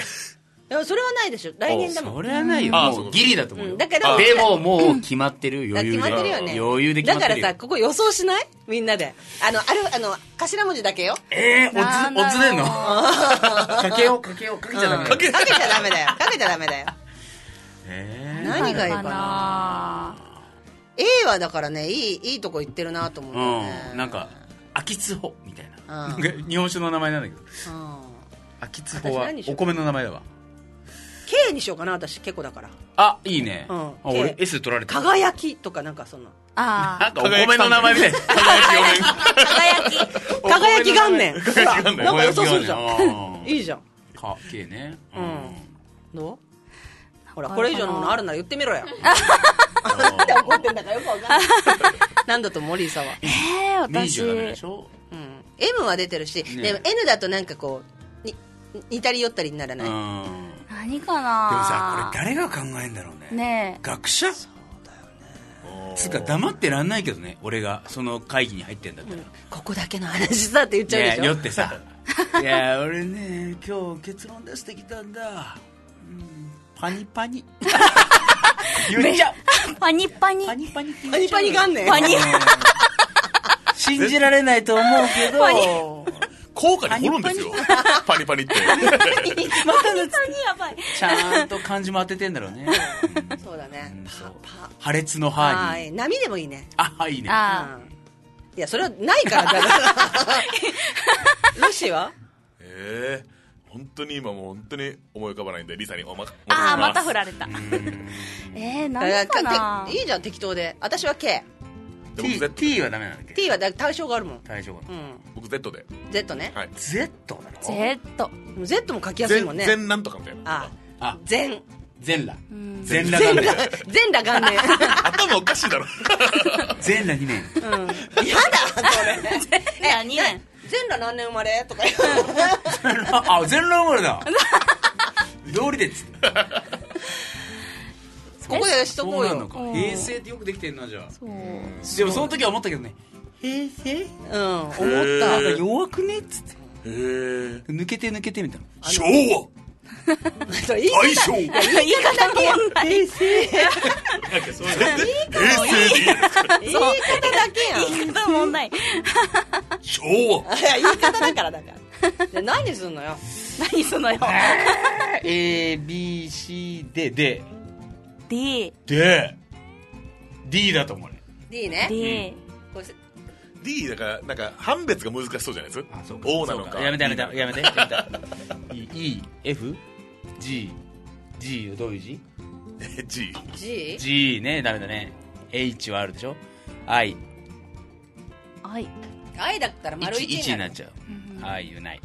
[SPEAKER 3] いやそれは ないでしょ来年だもん
[SPEAKER 5] それはないよ。
[SPEAKER 2] あ
[SPEAKER 5] もうギリだと思う
[SPEAKER 3] う
[SPEAKER 5] よ。
[SPEAKER 3] んだけど
[SPEAKER 5] でももう決まってる
[SPEAKER 3] だ決
[SPEAKER 5] 余裕
[SPEAKER 3] ま
[SPEAKER 5] で。
[SPEAKER 3] ってるよね
[SPEAKER 5] 余裕で決まってるよ。
[SPEAKER 3] だからさここ予想しないみんなであのあるあの頭文字だけよ
[SPEAKER 5] え
[SPEAKER 3] な
[SPEAKER 5] ー、
[SPEAKER 3] んだ
[SPEAKER 5] お
[SPEAKER 3] ろう
[SPEAKER 5] つ、おつで んのかけよう、かけよう、かけちゃダメだ
[SPEAKER 3] か
[SPEAKER 5] よ。
[SPEAKER 3] けちゃダメだよかけちゃダメだよ
[SPEAKER 5] え
[SPEAKER 3] 何がいいか
[SPEAKER 4] か
[SPEAKER 3] な
[SPEAKER 4] な
[SPEAKER 3] A はだからねいいいいとこ行ってるなと思うんだよね
[SPEAKER 5] ーうん。なんか、秋津穂みたいな。
[SPEAKER 3] うん
[SPEAKER 5] なんか日本酒の名前なんだけど。
[SPEAKER 3] うん
[SPEAKER 5] 秋津穂は
[SPEAKER 3] 私何しよ
[SPEAKER 5] お
[SPEAKER 3] う
[SPEAKER 5] 米の名前だわ。
[SPEAKER 3] K にしようかな私結構だから
[SPEAKER 5] あ、いいね。
[SPEAKER 3] うん
[SPEAKER 5] あ、俺 S 取られた。
[SPEAKER 3] 輝きとかなんかその
[SPEAKER 4] あ
[SPEAKER 5] なんかお米の名前みたいな。
[SPEAKER 4] 輝き
[SPEAKER 3] 輝き顔面
[SPEAKER 5] 輝き顔面
[SPEAKER 3] なんか良さそうじゃ
[SPEAKER 5] 輝き顔面あ
[SPEAKER 3] ん
[SPEAKER 5] ー
[SPEAKER 3] いいじゃん
[SPEAKER 5] かっけえね。う
[SPEAKER 3] うん
[SPEAKER 5] ん。
[SPEAKER 3] どうほらこれ以上のものあるなら言ってみろよ怒ってんだからよくわかんない なんだと思うリーサは
[SPEAKER 4] えー、
[SPEAKER 5] ミージュはダメで
[SPEAKER 4] 私
[SPEAKER 5] しょ
[SPEAKER 3] うん M は出てるし、
[SPEAKER 5] ね
[SPEAKER 3] でも N だとなんかこうに似たり寄ったりにならない、
[SPEAKER 4] 何か
[SPEAKER 5] でもさ
[SPEAKER 4] な
[SPEAKER 5] これ誰が考えんだろうね
[SPEAKER 4] ね
[SPEAKER 5] 学者つうか黙ってらんないけどね俺がその会議に入ってんだったら、
[SPEAKER 3] ここだけの話さって言っちゃうでしょ
[SPEAKER 5] いや酔って さいや俺ね今日結論出してきたんだ、うんパニパ ニ言っちゃう
[SPEAKER 4] えパニパニ
[SPEAKER 5] パニ
[SPEAKER 3] パニパニがあんねん
[SPEAKER 4] パニ
[SPEAKER 5] 信じられないと思うけど
[SPEAKER 4] パニ
[SPEAKER 2] 効果に掘るんですよ。パニパニって。
[SPEAKER 5] またね
[SPEAKER 4] パニやばい
[SPEAKER 5] ちゃんと漢字も当ててんだろうね、うん
[SPEAKER 3] そうだね、
[SPEAKER 5] そう
[SPEAKER 3] パ
[SPEAKER 5] 破裂の
[SPEAKER 3] パ
[SPEAKER 5] 範
[SPEAKER 3] は
[SPEAKER 5] 囲
[SPEAKER 3] い波でもいいね
[SPEAKER 5] あはいいね
[SPEAKER 4] あ
[SPEAKER 3] いやそれはない からだからロシは
[SPEAKER 2] ええ本当に今もう本当に思い浮かばないんで、リサにおま、お
[SPEAKER 4] ああ
[SPEAKER 2] 任
[SPEAKER 4] ーま
[SPEAKER 2] せしま
[SPEAKER 4] た
[SPEAKER 2] す
[SPEAKER 4] 振られた えー、
[SPEAKER 3] だから
[SPEAKER 4] 何かな
[SPEAKER 3] かいいじゃん適当で私は KT
[SPEAKER 2] で僕
[SPEAKER 5] T,
[SPEAKER 2] Z
[SPEAKER 5] T はダメなんだっけ
[SPEAKER 3] はだ対象があるもん、
[SPEAKER 5] 対象
[SPEAKER 3] う
[SPEAKER 5] 語
[SPEAKER 3] ん、
[SPEAKER 2] 僕 Z で。
[SPEAKER 3] Z ね、
[SPEAKER 2] はい。
[SPEAKER 5] Z だろ
[SPEAKER 4] Z
[SPEAKER 3] Z も書きやすいもん
[SPEAKER 2] 全、
[SPEAKER 3] ね
[SPEAKER 2] 全なんとかみたいな。
[SPEAKER 3] あ
[SPEAKER 5] あ
[SPEAKER 3] 全
[SPEAKER 5] 全裸
[SPEAKER 4] ん
[SPEAKER 5] 全裸
[SPEAKER 3] 全
[SPEAKER 5] 元
[SPEAKER 3] 裸全裸 元年
[SPEAKER 2] 頭おかしいだろ。
[SPEAKER 5] 年全裸2年
[SPEAKER 3] やだそれ
[SPEAKER 4] え2年
[SPEAKER 3] 全裸何年生まれとか言う
[SPEAKER 5] あ全裸生まれ だ道理でっつって
[SPEAKER 3] ここでしとこう
[SPEAKER 5] な
[SPEAKER 3] よ
[SPEAKER 5] んのか平成ってよくできてんなじゃあ
[SPEAKER 4] そう
[SPEAKER 5] でもその時は思ったけどね平成
[SPEAKER 3] うん思っ
[SPEAKER 5] な
[SPEAKER 3] た
[SPEAKER 5] んか弱くねっつって
[SPEAKER 2] へえ。
[SPEAKER 5] 抜けて抜けてみたいな
[SPEAKER 2] 昭和
[SPEAKER 3] それ言い
[SPEAKER 2] 大正
[SPEAKER 3] いや言い方だけ平成
[SPEAKER 2] 平成でいい
[SPEAKER 3] 言い方だけやん
[SPEAKER 4] 言い方問題
[SPEAKER 2] 昭和
[SPEAKER 3] いや言い方だからだからで何すんのよ
[SPEAKER 4] 何そ のよ
[SPEAKER 5] ABC でで
[SPEAKER 4] D
[SPEAKER 5] で D だと思うね
[SPEAKER 3] D ね
[SPEAKER 4] D
[SPEAKER 3] これ
[SPEAKER 2] D だからなんか判別が難しそうじゃないですか
[SPEAKER 5] あそうか
[SPEAKER 2] O なのか
[SPEAKER 5] やめてやめてやめ てやめて EFGG はどういう字
[SPEAKER 2] G
[SPEAKER 3] G
[SPEAKER 5] G ねダメだね H はあるでしょ I
[SPEAKER 4] はい
[SPEAKER 3] I だったら丸一に
[SPEAKER 5] 1に
[SPEAKER 3] な
[SPEAKER 5] な
[SPEAKER 3] る
[SPEAKER 5] っちゃう I 言うない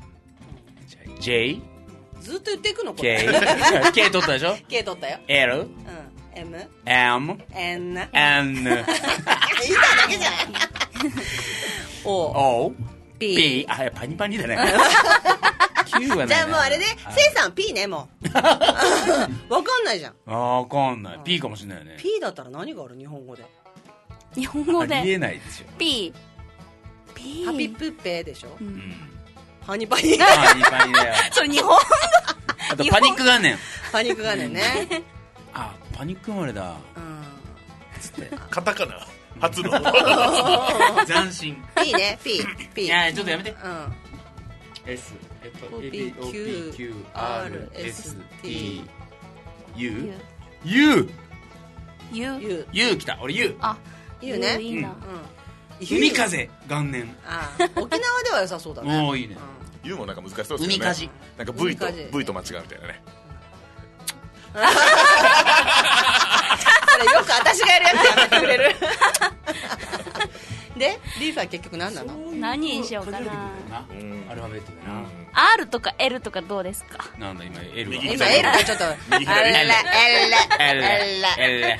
[SPEAKER 5] J
[SPEAKER 3] ずっと言っていくのこ
[SPEAKER 5] K
[SPEAKER 3] れ
[SPEAKER 5] K 取った でしょ
[SPEAKER 3] K 取ったよ
[SPEAKER 5] L
[SPEAKER 3] うん M
[SPEAKER 5] M
[SPEAKER 3] N 言い
[SPEAKER 5] N
[SPEAKER 3] たいだけ じゃん O
[SPEAKER 5] O
[SPEAKER 3] P
[SPEAKER 5] P あパニパニだ ね Q はない
[SPEAKER 3] じ
[SPEAKER 5] な
[SPEAKER 3] ゃあもうあれでせいさん P ねもう わかんないじゃん
[SPEAKER 5] あわかんない P かもしれないよね
[SPEAKER 3] P だったら何がある日本語で
[SPEAKER 4] 日本語
[SPEAKER 5] ありえ
[SPEAKER 4] で
[SPEAKER 5] ないですよ
[SPEAKER 4] P P
[SPEAKER 3] ハピプッペでしょ
[SPEAKER 5] うん
[SPEAKER 3] パニ パニ
[SPEAKER 5] パニパニだよ
[SPEAKER 4] それ日本語
[SPEAKER 5] あとパニックがあんねん
[SPEAKER 3] パニックがねんね
[SPEAKER 5] あパニック生まれだ
[SPEAKER 3] うん
[SPEAKER 5] つって
[SPEAKER 2] カタカナ初 の
[SPEAKER 5] 斬新
[SPEAKER 3] P ね P P
[SPEAKER 5] いやちょっとやめて
[SPEAKER 3] うん
[SPEAKER 5] S えっと
[SPEAKER 3] OPQ
[SPEAKER 5] OPQR ST U
[SPEAKER 4] U
[SPEAKER 5] U
[SPEAKER 4] U
[SPEAKER 3] U
[SPEAKER 5] U 来た俺 U
[SPEAKER 4] あ
[SPEAKER 3] U ね
[SPEAKER 4] U いいな
[SPEAKER 3] うん
[SPEAKER 5] 海風元年
[SPEAKER 3] ああ沖縄では良さそうだね
[SPEAKER 5] おーいいね
[SPEAKER 2] U もなんか難しそうですよね
[SPEAKER 5] 海かじ
[SPEAKER 2] なんか V と
[SPEAKER 3] 海かじ
[SPEAKER 2] V と間違うみたいなね
[SPEAKER 3] それよく私がやるやつやってくれる でリーフは結局何なの
[SPEAKER 4] 何にしようかな
[SPEAKER 5] アルファベットでな
[SPEAKER 4] R とか L とかどうですか
[SPEAKER 5] なんだ今 L
[SPEAKER 2] 右
[SPEAKER 3] 今 L がちょっとあら
[SPEAKER 2] 右
[SPEAKER 3] ら
[SPEAKER 2] 左
[SPEAKER 3] らら
[SPEAKER 5] L
[SPEAKER 3] ら
[SPEAKER 5] L L L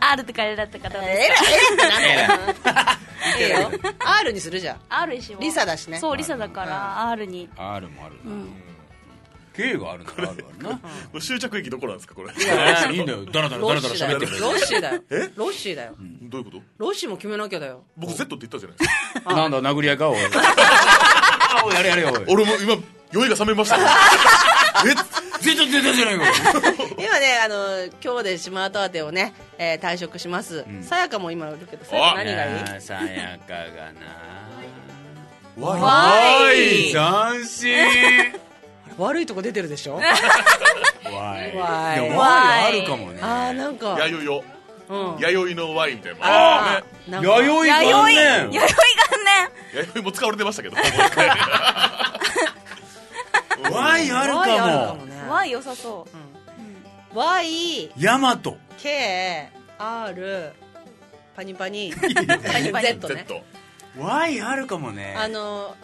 [SPEAKER 4] R とか L だとかどう
[SPEAKER 3] え
[SPEAKER 4] で
[SPEAKER 3] ら
[SPEAKER 4] すか
[SPEAKER 3] ってなんだよいいよ R にするじゃん
[SPEAKER 4] R にしよう
[SPEAKER 3] リサだしね
[SPEAKER 4] そうリサだから R に
[SPEAKER 5] R もあるな K があるなら R あるな
[SPEAKER 2] これ終着駅どこなんですかこれ
[SPEAKER 5] あーいいんだよダラダラ
[SPEAKER 3] ロ
[SPEAKER 5] ダ
[SPEAKER 3] ッ
[SPEAKER 5] ラダラ
[SPEAKER 3] シーだよ
[SPEAKER 5] 喋ってくれ
[SPEAKER 3] ロッシーだよ
[SPEAKER 2] え
[SPEAKER 3] ロッシーだよ
[SPEAKER 2] どういうこと
[SPEAKER 3] ロッシーも決めなきゃだよ
[SPEAKER 2] 僕 Z って言ったじゃないですか
[SPEAKER 5] なんだ殴り合いかおいおいやれやれよおい
[SPEAKER 2] 俺も今酔いが冷めましたよ
[SPEAKER 5] 絶対出たじゃないかおい
[SPEAKER 3] 今ねあの今日で島アートアテをねえー退職しますさやかも今いるけどさやか何がいい
[SPEAKER 5] あーさやかがな
[SPEAKER 2] えわ
[SPEAKER 3] わい
[SPEAKER 5] 斬新
[SPEAKER 3] 悪いとこ出てるでしょ
[SPEAKER 5] わい
[SPEAKER 3] わい
[SPEAKER 5] でもわいあるかもね
[SPEAKER 3] ああなんか
[SPEAKER 2] 弥生よ
[SPEAKER 3] うん
[SPEAKER 2] 弥生の Y みたいな
[SPEAKER 3] あーなんか
[SPEAKER 5] 弥生元
[SPEAKER 4] 弥生
[SPEAKER 5] 年
[SPEAKER 4] 元
[SPEAKER 2] 弥生も使われてま したけど
[SPEAKER 5] わいある
[SPEAKER 3] ワイあるか
[SPEAKER 5] か
[SPEAKER 3] も
[SPEAKER 5] も
[SPEAKER 3] ね
[SPEAKER 4] 年 Y 良さそう
[SPEAKER 3] Y
[SPEAKER 5] ヤマト
[SPEAKER 3] K R パニパニパニ Z ね
[SPEAKER 2] Z
[SPEAKER 5] わいあるかもね
[SPEAKER 3] あの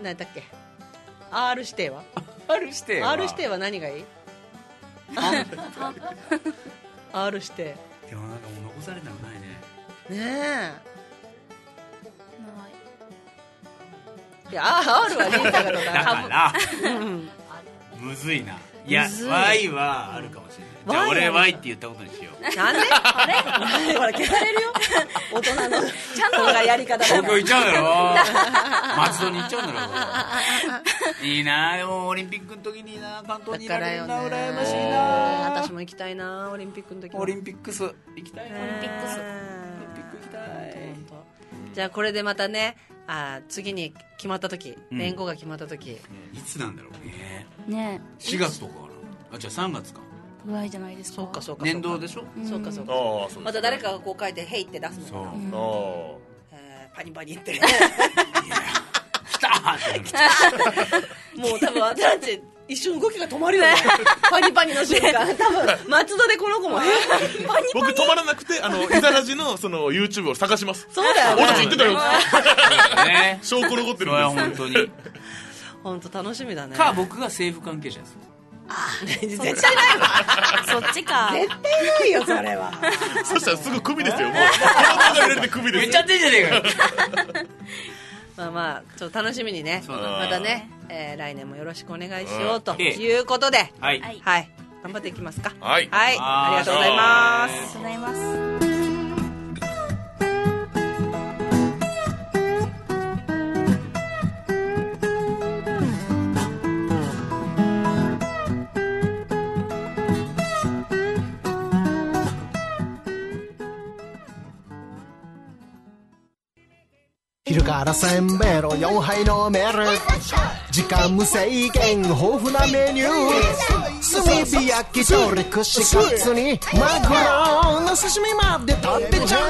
[SPEAKER 3] 何だっけ R 指定は
[SPEAKER 5] R 指定
[SPEAKER 3] R 指定は何が いい R 指定
[SPEAKER 5] でもなんかもう残されたくないね
[SPEAKER 3] ねえ
[SPEAKER 4] ない
[SPEAKER 3] いやあるはねえんだけどな
[SPEAKER 5] だから
[SPEAKER 3] うん
[SPEAKER 5] むずいないや
[SPEAKER 3] むずい
[SPEAKER 5] Y はあるかもしれないじゃあ
[SPEAKER 3] Y
[SPEAKER 5] 俺 Y って言ったことにしよう
[SPEAKER 3] なんであれほら消されるよ大人 のちゃんとがやり方だから
[SPEAKER 5] 東京行っち ゃうだろ松戸に行っちゃうんだろいいなでもオリンピックの時にな関東にいられるな羨ましいな
[SPEAKER 3] 私も行きたいなオリンピックの時
[SPEAKER 5] オリンピックス行きたいな
[SPEAKER 3] オリンピックスオリンピック行きたいじゃあこれでまたねあー次に決まった時
[SPEAKER 5] うん
[SPEAKER 3] 年号が決まった時
[SPEAKER 5] いつなんだろうね
[SPEAKER 4] ね
[SPEAKER 5] 4月とかかなあじゃあ3月か
[SPEAKER 4] えぐらいじゃないですかそう
[SPEAKER 3] かそう
[SPEAKER 5] 年度でしょ
[SPEAKER 3] そうかそうか
[SPEAKER 5] ああそう
[SPEAKER 3] また誰かがこう書いて「へい」って出すのかな
[SPEAKER 2] あ
[SPEAKER 3] えーパニパニって
[SPEAKER 5] あーって
[SPEAKER 3] 来た もう多分私たち一瞬動きが止まるよねパニパニの瞬間多分松戸でこの子もえーパニ
[SPEAKER 2] 僕止まらなくてあ のイザラジのその YouTube を探します
[SPEAKER 3] そうだよね
[SPEAKER 2] 俺たち言ってたよ
[SPEAKER 5] ね
[SPEAKER 2] 証拠残ってるんです
[SPEAKER 5] それは本当に
[SPEAKER 3] 本当楽しみだね
[SPEAKER 5] か僕が政府関係者です
[SPEAKER 3] 絶対ないわ
[SPEAKER 4] そっちか
[SPEAKER 3] 絶対ないよそれは
[SPEAKER 2] そしたらすぐクビです よもうこの動画入れてクビです
[SPEAKER 5] めっちゃやってんじゃねえかよ
[SPEAKER 3] まあまあちょっと楽しみにね
[SPEAKER 5] そうだね
[SPEAKER 3] またね、えー来年もよろしくお願いしようと
[SPEAKER 5] うんええ
[SPEAKER 3] いうことで
[SPEAKER 5] はい
[SPEAKER 3] はい、頑張っていきますか
[SPEAKER 2] はい
[SPEAKER 3] はいありがとうございます
[SPEAKER 4] ありがとうございます
[SPEAKER 6] 昼からせんべろ4杯のメール時間無制限豊富なメニュー炭火焼き鳥串カツにマグロの刺身まで食べちゃ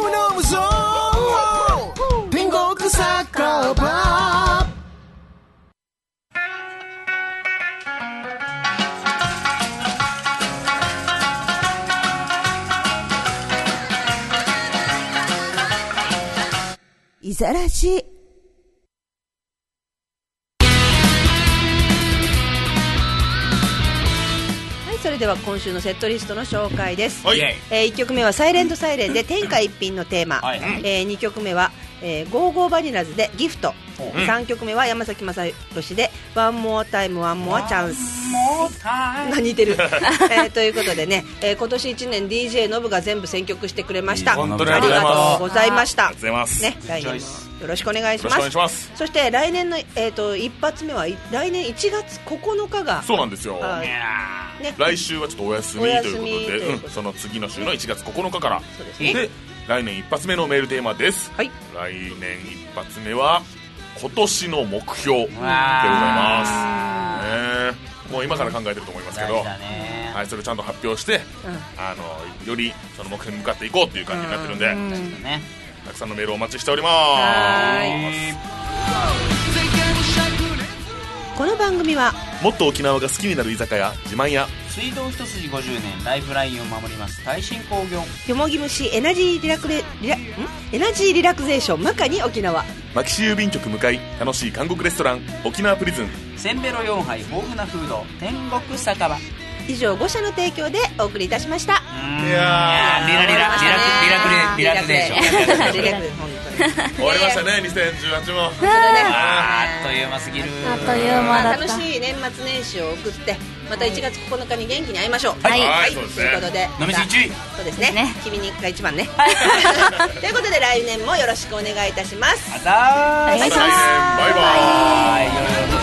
[SPEAKER 6] う飲むぞ飲むぞ天国サッカーバー
[SPEAKER 9] いざらし
[SPEAKER 3] はいそれでは今週のセットリストの紹介です、
[SPEAKER 2] はい
[SPEAKER 3] え1曲目は「サイレントサイレンで天下一品のテーマ、
[SPEAKER 2] はい
[SPEAKER 3] え2曲目は「えーゴーゴーバニラズ」で「ギフト」
[SPEAKER 2] うん
[SPEAKER 3] 3曲目は山崎まさよしで「ワンモアタイムワンモアチャンス」
[SPEAKER 5] もうた
[SPEAKER 3] 何似てる、 えーということでね、えー今年1年 DJ ノブが全部選曲してくれました
[SPEAKER 2] 本当に
[SPEAKER 3] あ
[SPEAKER 2] あ
[SPEAKER 3] り
[SPEAKER 2] り
[SPEAKER 3] が
[SPEAKER 2] が
[SPEAKER 3] と
[SPEAKER 2] と
[SPEAKER 3] う
[SPEAKER 2] う
[SPEAKER 3] ご
[SPEAKER 2] ご
[SPEAKER 3] ざ
[SPEAKER 2] ざ
[SPEAKER 3] い
[SPEAKER 2] い
[SPEAKER 3] ま
[SPEAKER 2] ます
[SPEAKER 3] した
[SPEAKER 2] ありがとうございます
[SPEAKER 3] ね、来年もよろしくお願いします
[SPEAKER 2] よろしくお願いします
[SPEAKER 3] そして来年の、えー、と一発目はい来年1月9日が
[SPEAKER 2] そうなんですよ
[SPEAKER 3] はいね
[SPEAKER 2] 来週はちょっとお休み
[SPEAKER 3] お
[SPEAKER 2] と
[SPEAKER 3] 休み
[SPEAKER 2] いうこと
[SPEAKER 3] とい
[SPEAKER 2] で
[SPEAKER 3] う
[SPEAKER 2] う
[SPEAKER 3] ことで
[SPEAKER 2] んその次の週の1月9日から
[SPEAKER 3] そうですね
[SPEAKER 2] で来年一発目のメールテーマです
[SPEAKER 3] はい
[SPEAKER 2] 来年一発目は今年の目標でございますねえもう今から考えてると思いますけどはいそれをちゃんと発表してあのよりその目標に向かっていこうっていう感じになってるんで
[SPEAKER 5] ね
[SPEAKER 2] たくさんのメールをお待ちしておりま
[SPEAKER 3] は
[SPEAKER 2] す
[SPEAKER 3] この番組は
[SPEAKER 2] もっと沖縄が好きになる居酒屋自慢屋
[SPEAKER 5] 水道一筋50年ライフラインを守ります耐震工業
[SPEAKER 3] よもぎ虫エナジーリラクレリラんエナジーリラクゼーションまかに沖縄
[SPEAKER 2] 牧師郵便局向かい楽しい韓国レストラン沖縄プリズン
[SPEAKER 5] せんべろ4杯豊富なフード天国酒場い
[SPEAKER 3] 以上5社の提供でお送りいたしました
[SPEAKER 5] やーリラリラリラクリラクレリラクレーション
[SPEAKER 3] リラクレ本当に
[SPEAKER 2] 終わりましたね2018も
[SPEAKER 5] あーあっという間すぎる
[SPEAKER 4] あっという間だった
[SPEAKER 3] 楽しい年末年始を送ってまた1月9日に元気に会いましょう
[SPEAKER 5] はい
[SPEAKER 2] はいそ
[SPEAKER 3] と
[SPEAKER 2] う
[SPEAKER 3] い
[SPEAKER 2] で
[SPEAKER 3] う
[SPEAKER 2] すね
[SPEAKER 3] ことで
[SPEAKER 5] 飲みすぎ注意
[SPEAKER 3] そうですね
[SPEAKER 4] ね
[SPEAKER 3] 君にが一番ね ということで来年もよろしくお願いいたします
[SPEAKER 5] あざー
[SPEAKER 4] お願いします
[SPEAKER 2] バイバイ
[SPEAKER 5] はいよろしく